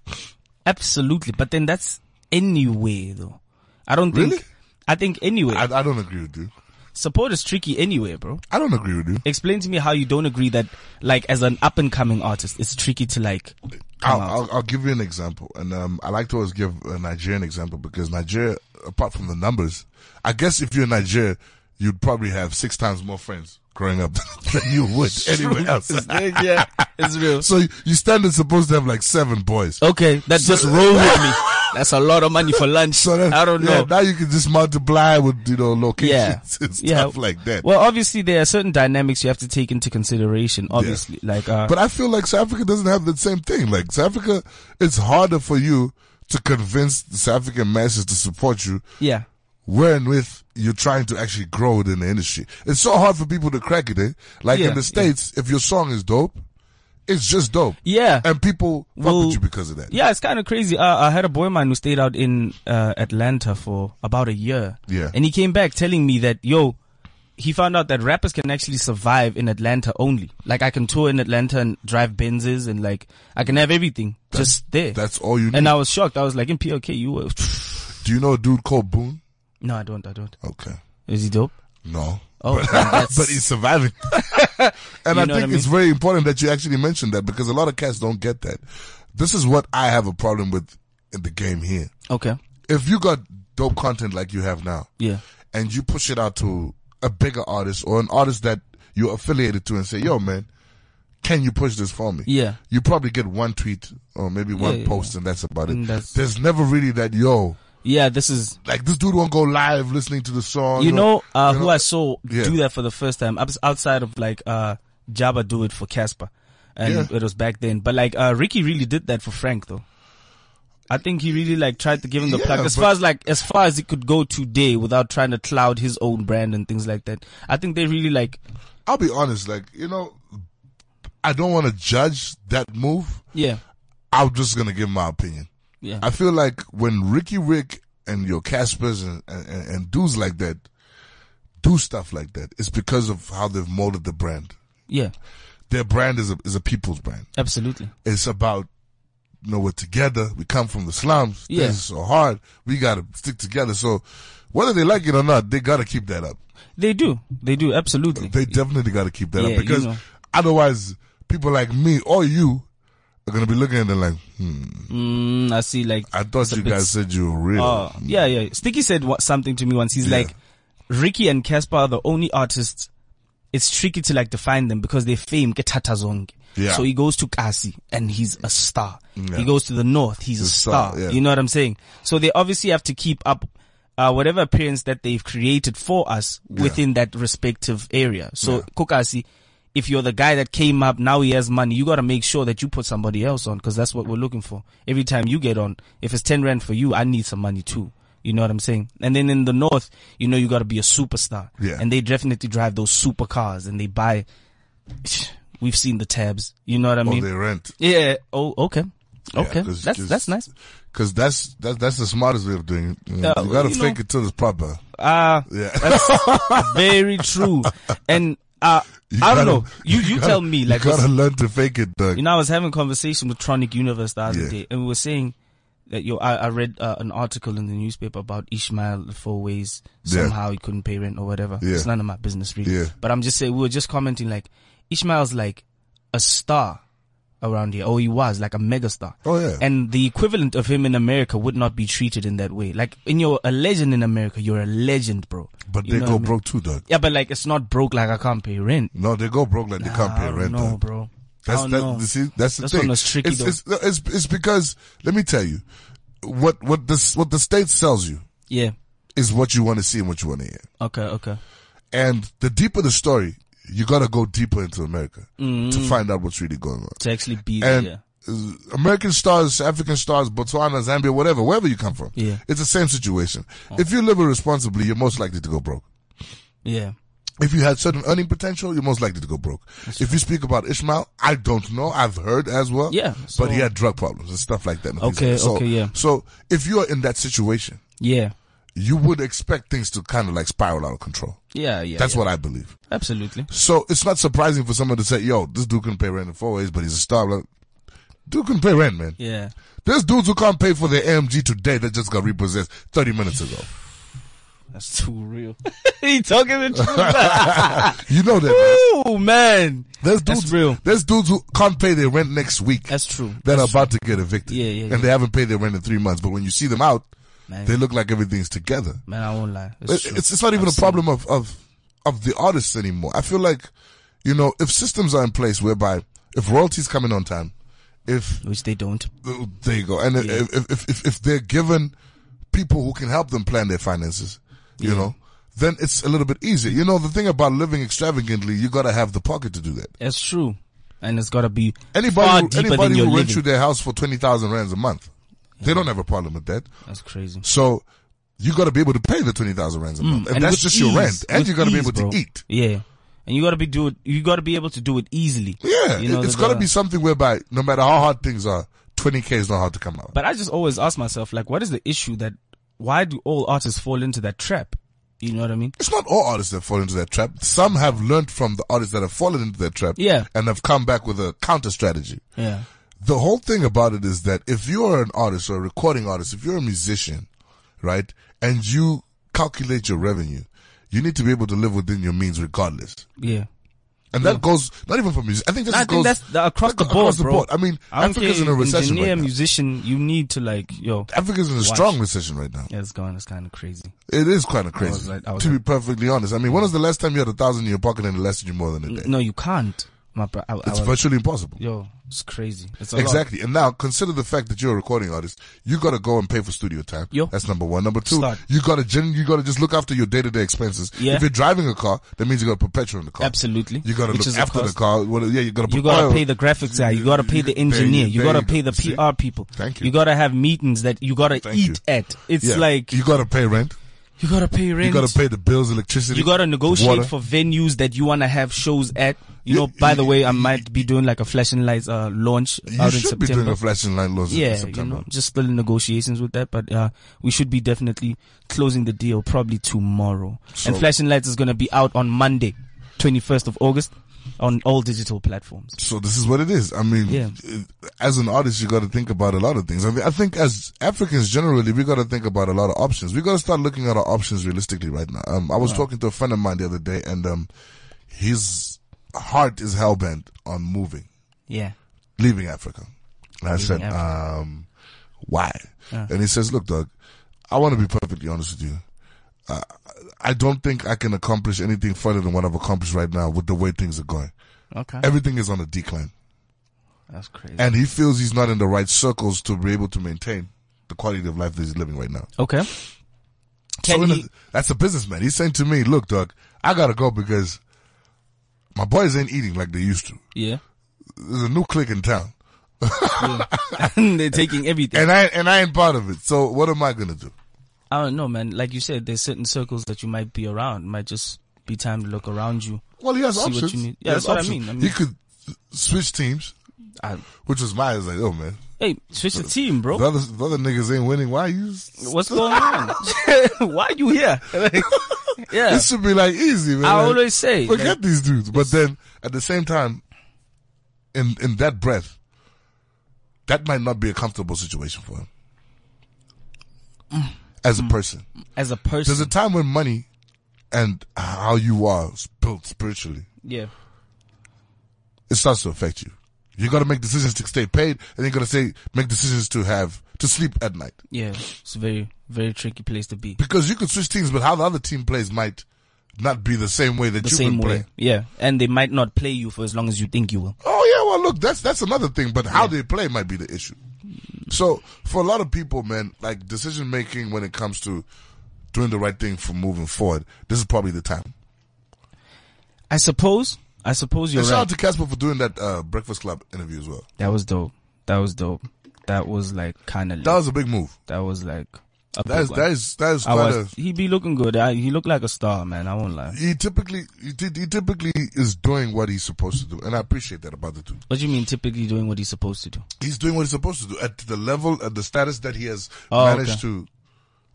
C: absolutely. But then that's anyway, though. I don't think.
B: Really?
C: I think anyway.
B: I, I don't agree with you.
C: Support is tricky anyway, bro.
B: I don't agree with you.
C: Explain to me how you don't agree that, like, as an up and coming artist, it's tricky to like come
B: I'll,
C: out.
B: I'll, I'll give you an example, and um, I like to always give a Nigerian example because Nigeria, apart from the numbers, I guess if you're in Nigeria, you'd probably have six times more friends growing up than you would anywhere else.
C: yeah, it's real.
B: So your standard's supposed to have like seven boys.
C: Okay, that just rolled with me. That's a lot of money for lunch.
B: So that,
C: I don't
B: yeah,
C: know.
B: Now you can just multiply with you know
C: yeah,
B: locations and stuff like that.
C: Well, obviously there are certain dynamics you have to take into consideration. Obviously, like uh,
B: But I feel like South Africa doesn't have the same thing. Like South Africa, it's harder for you to convince the South African masses to support you
C: yeah,
B: when with you're trying to actually grow within the industry. It's so hard for people to crack it. Eh? Like
C: Yeah,
B: in
C: yeah.
B: the States, if your song is dope, It's just dope.
C: Yeah.
B: And people fuck
C: Well,
B: with you because of that.
C: Yeah, it's kind of crazy. Uh, I had a boy of mine who stayed out in uh, Atlanta for about a year.
B: Yeah.
C: And he came back telling me that, yo, he found out that rappers can actually survive in Atlanta only. Like, I can tour in Atlanta and drive Benzes and, like, I can have everything just there.
B: That's all you need.
C: and I was shocked. I was like, in PLK, you were.
B: Do you know a dude called Boone?
C: No, I don't. I don't.
B: Okay.
C: Is he dope?
B: No.
C: Oh,
B: but,
C: that's-
B: but he's surviving. and
C: You
B: I
C: know what
B: think
C: I
B: it's very important that you actually mention that because a lot of cats don't get that. This is what I have a problem with in the game here.
C: Okay.
B: If you got dope content like you have now,
C: Yeah.
B: and you push it out to a bigger artist or an artist that you're affiliated to and say, yo man, can you push this for me?
C: Yeah.
B: You probably get one tweet or maybe one
C: yeah,
B: post and that's about it.
C: And that's-
B: There's never really that, yo,
C: Yeah, this is.
B: like this dude won't go live listening to the song.
C: You know, uh,
B: Oh, you
C: who I saw
B: Yeah.
C: do that for the first time I was outside of like uh Jabba do it for Casper, and
B: Yeah.
C: it was back then. But like uh Ricky really did that for Frank though. I think he really like tried to give him the
B: Yeah,
C: plug as
B: but-
C: far as like as far as he could go today without trying to cloud his own brand and things like that. I think they really like
B: I'll be honest, like, you know, I don't want to judge that move.
C: yeah
B: I'm just going to give my opinion.
C: yeah
B: I feel like when Ricky Rick and your Caspers and, and, and dudes like that do stuff like that, it's because of how they've molded the brand.
C: yeah
B: Their brand is a, is a people's brand.
C: absolutely
B: It's about, you know, we're together. We come from the slums.
C: Yeah.
B: This is so hard. We got to stick together. So whether they like it or not, they got to keep that up.
C: they do they do absolutely
B: They definitely got to keep that
C: Yeah,
B: up
C: you
B: because
C: know.
B: otherwise, people like me or you are gonna be looking at them like, hmm,
C: mm, I see like
B: "I thought you
C: bit
B: guys said you were real."
C: Oh, yeah, yeah. Sticky said what, something to me once. He's
B: Yeah.
C: like, Ricky and Casper are the only artists. It's tricky to like define them because their fame get zonke.
B: Yeah.
C: So he goes to Kasi and he's a star.
B: Yeah.
C: He goes to the north, he's a
B: star,
C: star.
B: yeah.
C: You know what I'm saying? So they obviously have to keep up uh, whatever appearance that they've created for us within that respective area. So Kokasi, if you're the guy that came up, now he has money, you gotta make sure that you put somebody else on because that's what we're looking for. Every time you get on, if it's 10 rand for you, I need some money too. You know what I'm saying? And then in the north, you know you gotta be a superstar.
B: Yeah.
C: And they definitely drive those supercars and they buy, we've seen the tabs. You know what I
B: or
C: mean?
B: Oh, they rent.
C: Yeah. Oh, okay. Okay.
B: 'cause
C: that's,
B: just-
C: that's nice.
B: Cause that's that, that's the smartest way of doing it. You, know,
C: Yeah,
B: you gotta
C: you know.
B: fake it till it's proper.
C: Uh,
B: Yeah,
C: that's very true. And, uh,
B: You
C: I
B: gotta-
C: don't know. You, you,
B: gotta-
C: tell me, like,
B: you gotta
C: was-
B: learn to fake it, dog.
C: you know, I was having a conversation with Tronic Universe the other
B: Yeah.
C: day and we were saying that, yo, I, I read uh, an article in the newspaper about Ishmael the four ways.
B: Yeah.
C: Somehow he couldn't pay rent or whatever.
B: Yeah.
C: It's none of my business really.
B: Yeah.
C: But I'm just saying, we were just commenting like, Ishmael's like a star around here. Oh, he was like a megastar.
B: oh yeah,
C: And the equivalent of him in America would not be treated in that way. Like, in your a legend in America, you're a legend, bro.
B: but
C: You
B: they
C: know
B: go
C: what I mean?
B: broke too, dog.
C: Yeah, but like, it's not broke like I can't pay rent.
B: No, they go broke like they can't pay
C: I don't
B: rent.
C: know,
B: dog.
C: bro. I
B: That's
C: don't
B: that,
C: know.
B: you see, that's the
C: Oh, That's
B: thing.
C: one that's tricky,
B: it's, it's, it's it's because let me tell you, what what this what the state sells you
C: Yeah.
B: is what you want to see and what you want to hear.
C: Okay, okay.
B: And the deeper the story, you gotta go deeper into America to
C: Mm-hmm.
B: find out what's really going on.
C: To actually be there.
B: And uh, American stars, African stars, Botswana, Zambia, whatever, wherever you come from,
C: Yeah. Oh.
B: it's the same situation. If you live irresponsibly, you're most likely to go broke.
C: Yeah.
B: If you had certain earning potential, you're most likely to go broke. if you speak about Ishmael, I don't know. I've heard as well.
C: Yeah, so-
B: but he had drug problems and stuff like that. and things
C: Okay,
B: like that. So,
C: okay, yeah.
B: So if you are in that situation,
C: Yeah.
B: you would expect things to kind of like spiral out of control.
C: Yeah, yeah.
B: That's
C: yeah.
B: what I believe.
C: Absolutely.
B: So it's not surprising for someone to say, yo, this dude can pay rent in four ways, but he's a star. Like, dude can pay rent, man.
C: Yeah.
B: There's dudes who can't pay for their AMG today that just got repossessed 30 minutes ago.
C: That's too real. he talking the truth.
B: You know that, man.
C: Oh, man.
B: There's
C: That's
B: dudes,
C: real.
B: There's dudes who can't pay their rent next week.
C: That's true.
B: that are about to get evicted.
C: Yeah, yeah,
B: And
C: yeah.
B: they haven't paid their rent in three months. But when you see them out,
C: Man.
B: they look like everything's together.
C: Man, I won't lie. It's,
B: It-
C: true.
B: It's, it's not even a problem of, of, of the artists anymore. I feel like, you know, if systems are in place whereby if royalties come in on time, if,
C: Which they don't.
B: there you go. And if, if, if, if, if they're given people who can help them plan their finances, you know, then it's a little bit easier. You know, the thing about living extravagantly, you gotta have the pocket to do that.
C: That's true. And it's gotta be far
B: Anybody, who-
C: deeper
B: anybody
C: than
B: who
C: your
B: rents you
C: living.
B: their house for 20,000 rands a month, they don't have a problem with that.
C: That's crazy.
B: So you got to be able to pay the twenty thousand rands a month, and, that's
C: Hmm. Mm. with
B: just your
C: ease.
B: rent, and
C: With
B: you got to be
C: ease,
B: able
C: bro.
B: to eat.
C: Yeah. and you got to be do it. You got to be able to do it easily.
B: Yeah,
C: you know,
B: it- it's
C: the-
B: got to
C: the-
B: be something whereby no matter how hard things are, 20k is not hard to come out.
C: But I just always ask myself, like, what is the issue that? Why do all artists fall into that trap? You know what I mean?
B: it's not all artists that fall into that trap. Some have learned from the artists that have fallen into that trap
C: Yeah.
B: and have come back with a counter strategy.
C: Yeah.
B: the whole thing about it is that if you are an artist or a recording artist, if you're a musician, right, and you calculate your revenue, you need to be able to live within your means regardless.
C: Yeah.
B: And that goes not even for music. I think this
C: I
B: just
C: think
B: goes
C: that's the- across the
B: that goes
C: board,
B: across the
C: bro.
B: board. I mean,
C: I don't
B: Africa's
C: care,
B: in a recession
C: Engineer,
B: right now.
C: musician, you need to like, yo,
B: Africa's in a
C: Watch.
B: strong recession right now.
C: yeah, it's going. It's kind of crazy.
B: It is kind of crazy,
C: like- I was
B: to be
C: like-
B: perfectly honest. I mean, when was the last time you had a thousand in your pocket and it lasted you more than a day?
C: No, you can't. My, bro- I, I
B: it's
C: was-
B: virtually impossible.
C: yo, it's crazy. It's a lot.
B: Exactly. And now consider the fact that you're a recording artist. You gotta go and pay for studio time.
C: Yo.
B: That's number one. Number two,
C: Start.
B: you gotta gen- you gotta just look after your day to day expenses.
C: Yeah.
B: If you're driving a car, that means you gotta put petrol in the car.
C: Absolutely.
B: You gotta
C: Which
B: look
C: is a
B: after the
C: cost.
B: car. What- yeah, you gotta put
C: You gotta
B: oil.
C: pay the graphics guy. You gotta pay the
B: There you-
C: engineer. You
B: there
C: gotta
B: you
C: pay
B: go.
C: the
B: See?
C: PR people.
B: Thank you.
C: You gotta have meetings that you gotta
B: Thank
C: eat
B: you.
C: at. It's
B: Yeah.
C: like
B: you gotta pay rent.
C: you gotta pay rent.
B: You gotta pay the bills, electricity.
C: You gotta negotiate
B: water.
C: for venues that you wanna have shows at. You
B: You-
C: know, by the
B: you-
C: way, I might be doing like a flashing lights uh, launch
B: You
C: out in
B: should be
C: September.
B: doing a flashing light laws in
C: yeah, you
B: September.
C: know, just still in negotiations with that, but uh, we should be definitely closing the deal probably tomorrow. and flashing lights is gonna be out on Monday, twenty first of August, on all digital platforms.
B: So this is what it is. I mean,
C: Yeah.
B: uh, as an artist, you got to think about a lot of things. I mean, I think as Africans generally, we got to think about a lot of options. We got to start looking at our options realistically right now. Um, I was talking to a friend of mine the other day, and um, his heart is hellbent on moving,
C: Yeah.
B: leaving Africa. And I said,
C: Africa.
B: um, why? And he says, look, Doug, I want to be perfectly honest with you. Uh, I don't think I can accomplish anything further than what I've accomplished right now with the way things are going.
C: Okay.
B: Everything is on a decline
C: That's crazy.
B: and he feels he's not in the right circles to be able to maintain the quality of life that he's living right now.
C: Okay. Can
B: so in
C: he-
B: a- that's a businessman. He's saying to me, "Look, Doug, I gotta go because my boys ain't eating like they used to.
C: Yeah.
B: There's a new clique in town,
C: They're taking everything.
B: and I and I ain't part of it. So what am I gonna do?
C: I don't know, man. Like you said, there's certain circles that you might be around. It might just be time to look around you.
B: Well, he has
C: See what
B: options.
C: you need.
B: He
C: Yeah,
B: has
C: that's what I
B: options.
C: mean. I mean-
B: he could switch teams,
C: I,
B: which was my is like, oh man,
C: hey, switch the team, bro.
B: the other the other niggas ain't winning. Why you? s-
C: What's going on? Why are you here? Like, yeah.
B: This should be like easy, man.
C: I
B: Like,
C: always say,
B: forget
C: like,
B: these dudes. But then at the same time, in in that breath, that might not be a comfortable situation for him
C: Mm.
B: as a person.
C: as a
B: There's a
C: person.
B: time when money and how you are built spiritually,
C: Yeah.
B: it starts to affect you. You got to make decisions to stay paid, and you got to say make decisions to have to sleep at night
C: Yeah. It's a very, very tricky place to be.
B: because you could switch teams, but how the other team plays might not be the same way that
C: The
B: you've
C: same
B: been
C: way.
B: playing.
C: Yeah. And they might not play you for as long as you think you will.
B: Oh yeah, well look, that's that's another thing, but how they play might be the issue. So for a lot of people, man, like decision making when it comes to doing the right thing for moving forward, this is probably the time.
C: I suppose, I suppose you're
B: And shout
C: right.
B: out to Casper for doing that uh, Breakfast Club interview as well.
C: that was dope. That was dope. That was like kind of,
B: That was a big move.
C: that was like, a
B: That
C: big
B: is
C: one.
B: that is that is
C: I
B: quite a
C: was, he be looking good. I, he looked like a star, man. I won't lie.
B: he typically he, ty- he typically is doing what he's supposed to do, and I appreciate that about the dude.
C: What do you mean typically doing what he's supposed to do?
B: He's doing what he's supposed to do at the level at the status that he has
C: Oh, okay.
B: managed to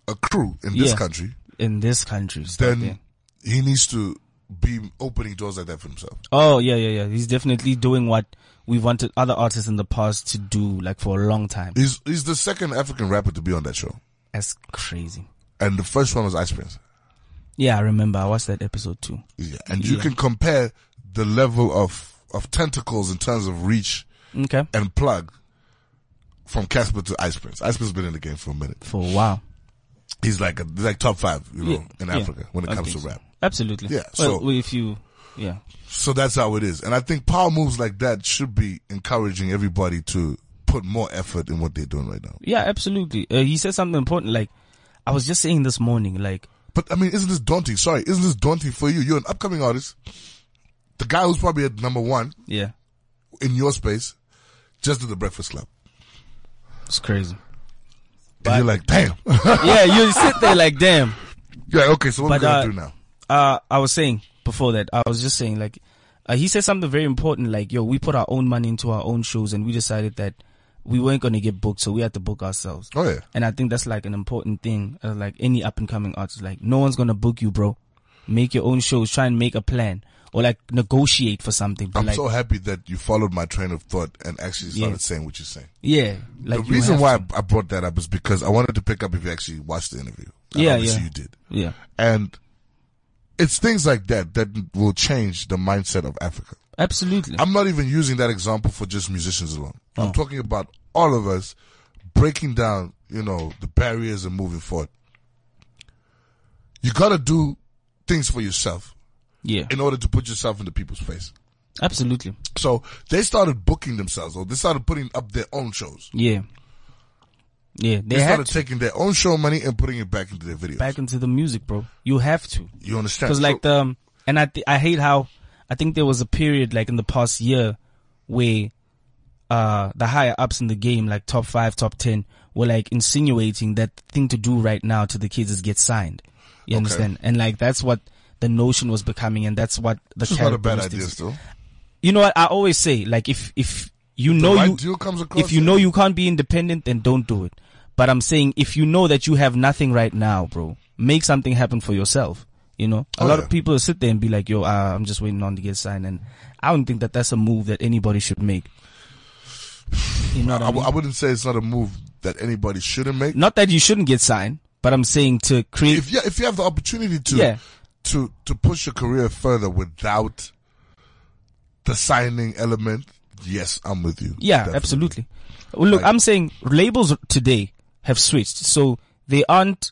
B: accrue in this
C: Yeah.
B: country.
C: In this country. it's
B: then
C: like, yeah.
B: he needs to be opening doors like that for himself.
C: Oh, yeah, yeah, yeah. He's definitely doing what we wanted other artists in the past to do, like for a long time.
B: He's he's the second African rapper to be on that show,
C: That's crazy.
B: and the first one was Ice Prince.
C: Yeah, I remember. I watched that episode too.
B: Yeah, and you can compare the level of of tentacles in terms of reach
C: Okay.
B: and plug from Casper to Ice Prince. Ice Prince's been in the game for a minute.
C: For a while.
B: He's like a, he's like top five, you know,
C: Yeah,
B: in
C: yeah,
B: Africa when it
C: I
B: comes to
C: think so.
B: rap.
C: Absolutely.
B: Yeah,
C: Well,
B: so-
C: if you, yeah.
B: So that's how it is, and I think power moves like that should be encouraging everybody to put more effort in what they're doing right now.
C: Yeah, absolutely. Uh, he said something important. Like, I was just saying this morning, like,
B: But I mean, isn't this daunting? Sorry, isn't this daunting for you? You're an upcoming artist. The guy who's probably at number one
C: yeah,
B: in your space just did the Breakfast Club.
C: it's crazy.
B: And you're like, damn.
C: yeah, you sit there like, damn.
B: yeah, okay, so what
C: But,
B: we gonna
C: uh,
B: do now?
C: Uh, I was saying, before that, I was just saying like, uh, he said something very important. Like, yo, we put our own money into our own shows, and we decided that we weren't going to get booked, so we had to book ourselves.
B: Oh, yeah.
C: And I think that's like an important thing. Uh, like any up and coming artist, like no one's going to book you, bro. Make your own shows. Try and make a plan, or like negotiate for something. But,
B: I'm
C: like,
B: so happy that you followed my train of thought and actually started
C: Yeah.
B: saying what you're saying.
C: yeah, like
B: the
C: you
B: reason
C: have
B: why
C: to.
B: I brought that up is because I wanted to pick up if you actually watched the interview. And
C: Yeah,
B: obviously
C: yeah.
B: you did.
C: yeah,
B: And it's things like that that will change the mindset of Africa.
C: absolutely.
B: I'm not even using that example for just musicians alone. I'm talking about all of us breaking down, you know, the barriers and moving forward. You gotta do things for yourself
C: yeah,
B: in order to put yourself in the people's face.
C: absolutely.
B: So they started booking themselves or they started putting up their own shows.
C: Yeah, yeah. They
B: They
C: had
B: started
C: to
B: taking their own show money and putting it back into their videos.
C: back into the music, bro. You have to.
B: you understand?
C: Because like
B: So-
C: the um, and I th- I hate how I think there was a period like in the past year where uh the higher ups in the game like top five, top ten were like insinuating that the thing to do right now to the kids is get signed. You understand? And like that's what the notion was becoming, and that's what the
B: Which is not a bad idea
C: characteristics-
B: still.
C: You know what I always say? Like if if you know
B: right
C: you
B: deal comes across
C: if you
B: it.
C: know you can't be independent, then don't do it. But I'm saying if you know that you have nothing right now, bro, make something happen for yourself. You know, a
B: Oh,
C: lot
B: yeah.
C: of people sit there and be like, "Yo, uh, I'm just waiting on to get signed," and I don't think that that's a move that anybody should make. You know
B: I
C: what I,
B: w-
C: mean?
B: I wouldn't say it's not a move that anybody shouldn't make.
C: Not that you shouldn't get signed, but I'm saying to create.
B: If you, if you have the opportunity to,
C: Yeah.
B: to, to push your career further without the signing element, yes, I'm with you.
C: Yeah,
B: Definitely.
C: absolutely. Well, look,
B: Like-
C: I'm saying labels today have switched, so they aren't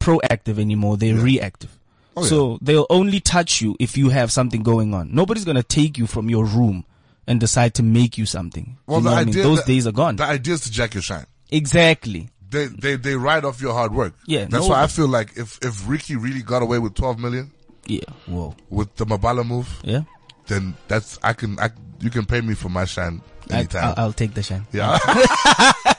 C: proactive anymore; they're reactive.
B: Oh,
C: so they'll only touch you if you have something going on. Nobody's gonna take you from your room and decide to make you something.
B: Well,
C: You know
B: the
C: what I mean?
B: idea
C: those
B: that-
C: days are gone.
B: The idea is to jack your shine.
C: exactly.
B: They, they, they write off your hard work.
C: Yeah,
B: That's
C: no-
B: why I feel like if, if Ricky really got away with 12 million
C: Yeah. Whoa.
B: with the Mabala move,
C: Yeah.
B: then that's, I can, I, you can pay me for my shine
C: I,
B: anytime.
C: I'll, I'll take the shine.
B: Yeah.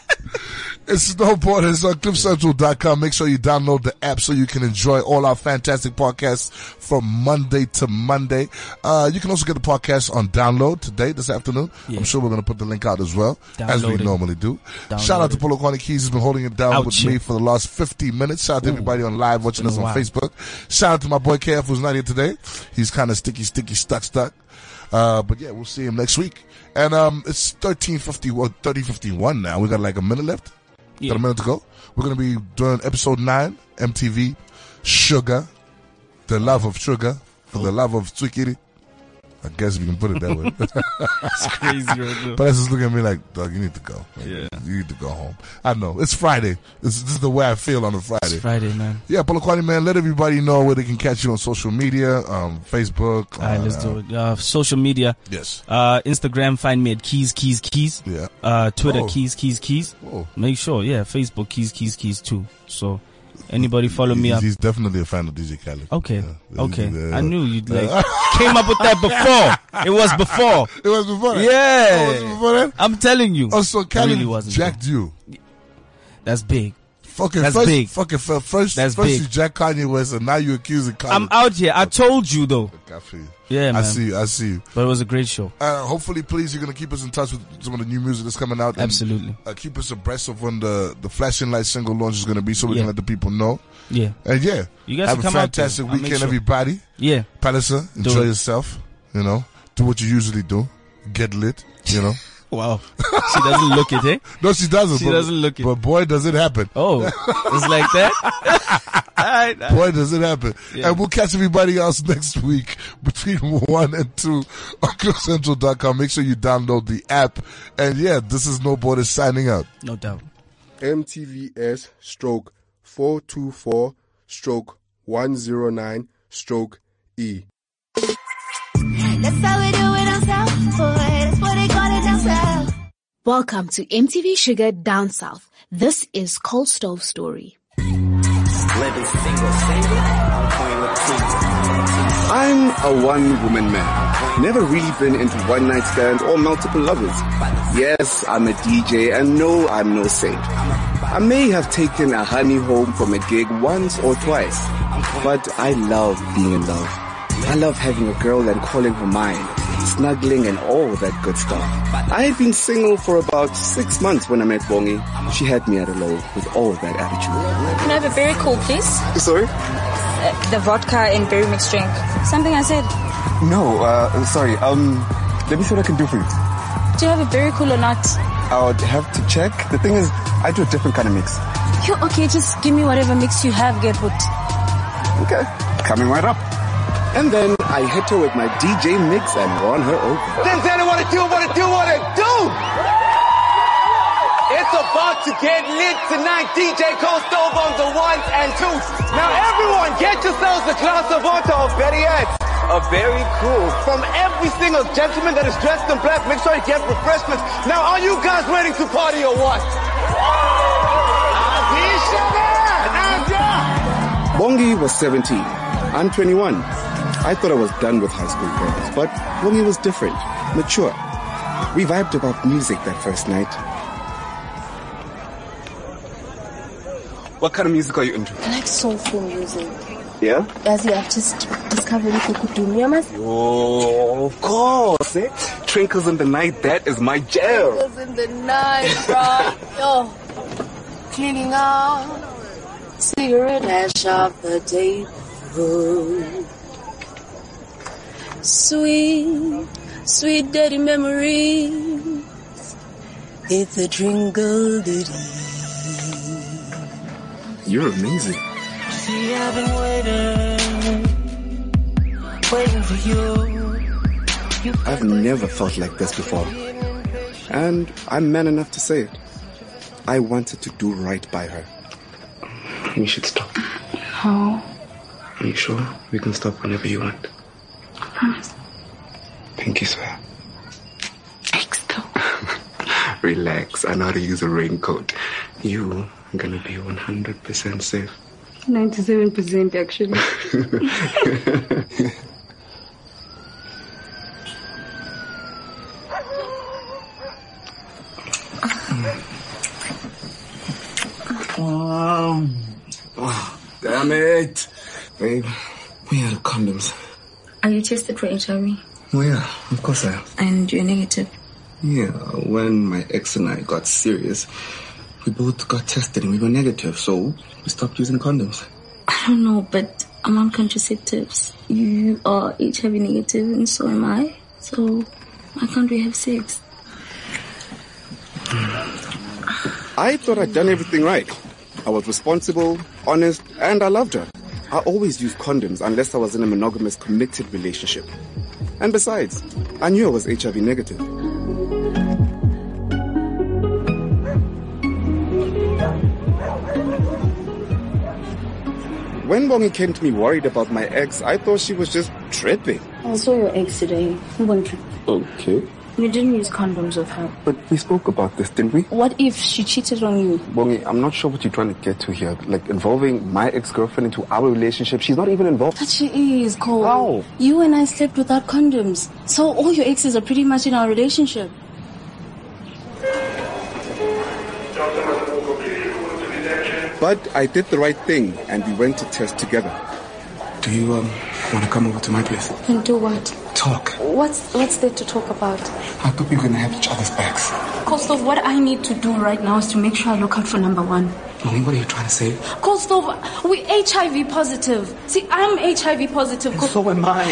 B: it's no borders on cliffcentral.com. Make sure you download the app so you can enjoy all our fantastic podcasts from Monday to Monday. Uh, you can also get the podcast on download today, this afternoon. I'm sure we're going to put the link out as well, as we
C: Download it.
B: normally do.
C: Download
B: Shout out to
C: it.
B: Polo Kwani Keys. He's been holding it down
C: Ouch.
B: with me for the last 50 minutes. Shout out to everybody on live watching us on
C: wild.
B: Facebook. Shout out to my boy KF who's not here today. He's kind of sticky, sticky, stuck, stuck. Uh, but yeah, we'll see him next week. And um, it's 1350, well, 1351 now. We got like a minute left.
C: Yeah.
B: Got a minute to go. We're going to be doing episode 9, MTV, Sugar, The Love of Sugar, for The Love of Twikiri. I guess we can put it that way.
C: It's crazy right now.
B: But that's just looking at me like, dog, you need to go. Like,
C: Yeah.
B: You need to go home. I know. It's Friday. This, this is the way I feel on a Friday.
C: It's Friday, man.
B: Yeah, Polokwane man, let everybody know where they can catch you on social media, um, Facebook.
C: All right, let's do it. Uh, social media,
B: Yes.
C: uh, Instagram, find me at Keys Keys Keys.
B: Yeah.
C: Uh, Twitter
B: Oh.
C: Keys Keys Keys.
B: Whoa.
C: Make sure, yeah, Facebook Keys Keys Keys too. So anybody follow me
B: he's,
C: up. Oh.
B: He's definitely a fan of DJ Khaled.
C: Okay,
B: Yeah.
C: okay.
B: Yeah.
C: I knew you'd like came up with that before. It was before.
B: It was before that.
C: Yeah.
B: Oh, it was before that.
C: I'm telling you.
B: Also, Khaled
C: really wasn't
B: jacked you.
C: That's big.
B: Fucking
C: That's
B: first,
C: big.
B: fucking fir- first,
C: That's
B: first
C: big.
B: you jacked Kanye West, and now you accusing Khaled.
C: I'm out here. I told you though.
B: Okay, I feel you.
C: Yeah,
B: I
C: man.
B: see you. I see you.
C: But it was a great show.
B: Uh, hopefully, please, you're gonna keep us in touch with some of the new music that's coming out. and,
C: Absolutely.
B: Uh, keep us abreast of when the the flashing light single launch is gonna be, so we
C: Yeah.
B: can let the people know.
C: Yeah.
B: And yeah,
C: You guys
B: have
C: can
B: a
C: come out there.
B: fantastic
C: I'll make
B: weekend,
C: sure.
B: everybody.
C: Yeah.
B: Palliser, enjoy
C: it.
B: yourself. You know, do what you usually do. Get lit. You know.
C: Wow. she doesn't look it, eh?
B: No, she doesn't.
C: She
B: but,
C: doesn't look it.
B: But boy, does it happen.
C: Oh, it's like that. All right.
B: Boy, does it happen.
C: Yeah.
B: And we'll catch everybody else next week between 1 and 2 on CliffCentral.com. Make sure you download the app. And yeah, this is No Borders signing out.
C: No doubt.
E: MTVS stroke 424 stroke 109 stroke E.
F: That's how we do it on South Boy. That's what they call it down south.
G: Welcome to MTV Sugar Down South. This is Cold Stove Story.
H: Living single, single. I'm queen Latifah.
E: I'm a one woman man. Never really been into one night stands or multiple lovers. Yes, I'm a DJ and no, I'm no saint. I may have taken a honey home from a gig once or twice, but I love being in love. I love having a girl and calling her mine, snuggling and all that good stuff. I had been single for about six months when I met Bongi. She had me at a low with all that attitude.
I: Can I have a berry cool, please?
E: Sorry?
I: Uh, the vodka and berry mixed drink. Something I said.
E: No, uh, I'm sorry. Um, let me see what I can do for you.
I: Do you have a berry cool or not?
E: I would have to check. The thing is, I do a different kind of mix.
I: You okay? Just give me whatever mix you have, get put.
E: Okay, coming right up. And then I hit her with my DJ mix and won her over.
J: This ain't what it do, what it do, what it do! It's about to get lit tonight. DJ Cole Stove on the ones and twos. Now everyone, get yourselves a glass of water or better yet, a very cool. From every single gentleman that is dressed in black, make sure you get refreshments. Now are you guys ready to party or what?
E: Bongi was 17. I'm 21. I thought I was done with high school girls, but Bongi was different, mature. We vibed about music that first night. What kind of music are you into?
I: I like soulful music.
E: Yeah?
I: As you have just discovered Kukudumiamas.
E: Oh, of course, eh? Trinkles in the Night, that is my jam.
I: Trinkles in the Night, bro. Yo. Cleaning out cigarette ash off the table. Sweet, sweet dirty memories. It's a dringle ditty.
E: You're amazing.
J: See, I've been waiting, waiting for you. you
E: I've never felt like this before. And I'm man enough to say it. I wanted to do right by her. We should stop.
I: How?
E: Are you sure? We can stop whenever you want.
I: I promise.
E: Pinky swear.
I: Thanks,
E: Relax. I know how to use a raincoat. You are gonna be 100% safe.
I: 97% actually.
E: um, Oh, damn it. Babe, where are the condoms?
I: Are you tested for HIV?
E: Well, yeah, of course I am.
I: And you're negative?
E: Yeah, when my ex and I got serious, we both got tested and we were negative, so we stopped using condoms.
I: I don't know, but I'm on contraceptives. You are HIV negative and so am I. So why can't we have sex?
E: I thought I'd done everything right. I was responsible, honest, and I loved her. I always used condoms unless I was in a monogamous, committed relationship. And besides, I knew I was HIV negative. When Bongi came to me worried about my ex, I thought she was just tripping.
I: I saw your ex today. He went trip.
E: Okay.
I: You didn't use condoms with her.
E: But we spoke about this, didn't we?
I: What if she cheated on you?
E: Bongi, I'm not sure what you're trying to get to here. Like involving my ex-girlfriend into our relationship. She's not even involved.
I: But she is, Cole.
E: How?
I: You and I slept without condoms. So all your exes are pretty much in our relationship.
E: But I did the right thing and we went to test together. Do you um, want to come over to my place?
I: And do what?
E: Talk.
I: What's what's there to talk about?
E: I thought we were gonna have each other's backs.
I: Kostov, what I need to do right now is to make sure I look out for number one.
E: Mommy, what are you trying to say?
I: Kostov, we HIV positive. See, I'm HIV positive.
E: And so am I.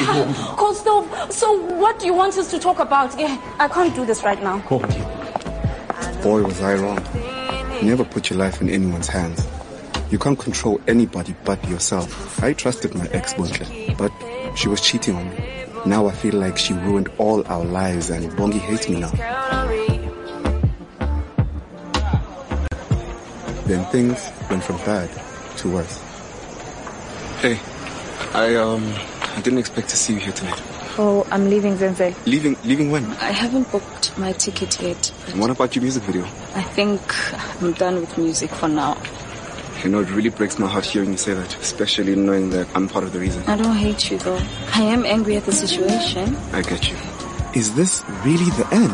I: Kostov, so what do you want us to talk about? Yeah, I can't do this right now.
E: Cool. Boy, was I wrong. Never put your life in anyone's hands. You can't control anybody but yourself. I trusted my ex-boyfriend, but she was cheating on me. Now I feel like she ruined all our lives and Bongi hates me now. Then things went from bad to worse. Hey, I um I didn't expect to see you here tonight.
I: Oh, I'm leaving Zenzel.
E: Leaving leaving when?
I: I haven't booked my ticket yet.
E: What about your music video?
I: I think I'm done with music for now.
E: You know, it really breaks my heart hearing you say that, especially knowing that I'm part of the reason.
I: I don't hate you though. I am angry at the situation.
E: I get you. Is this really the end?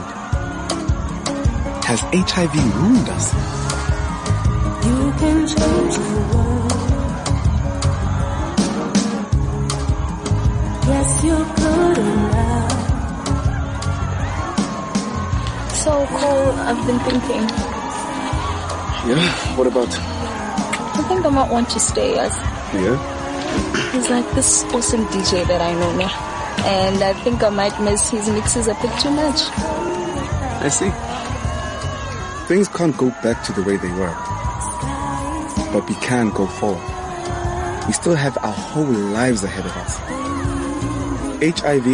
E: Has HIV ruined us?
J: You can change the world. Yeah.
K: guess you're good enough.
I: So, Cole, I've been thinking.
E: Yeah, what about?
I: I think I might want to stay as
E: Yeah?
I: he's like this awesome DJ that I know now. And I think I might miss his mixes a bit too much.
E: I see. Things can't go back to the way they were. But we can go forward. We still have our whole lives ahead of us. HIV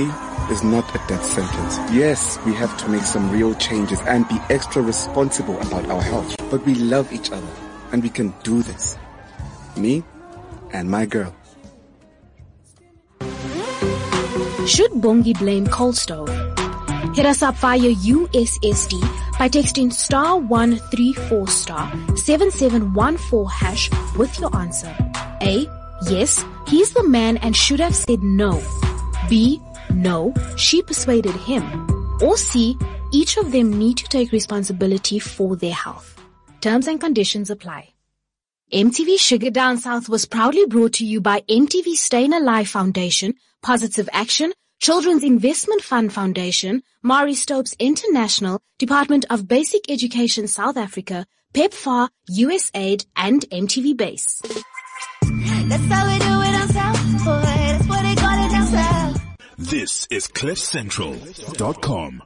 E: is not a death sentence. Yes, we have to make some real changes and be extra responsible about our health. But we love each other and we can do this. Me and my girl.
G: Should Bongi blame coal stove? Hit us up via USSD by texting star 134 star 7714 hash with your answer. A. Yes, he's the man and should have said no. B. No, she persuaded him. Or C. Each of them need to take responsibility for their health. Terms and conditions apply. MTV Sugar Down South was proudly brought to you by MTV Staying Alive Foundation, Positive Action, Children's Investment Fund Foundation, Mari Stopes International, Department of Basic Education South Africa, PEPFAR, USAID, and MTV Base.
F: That's how we do it on South Boy. That's what they call it down south.
A: This is CliffCentral.com.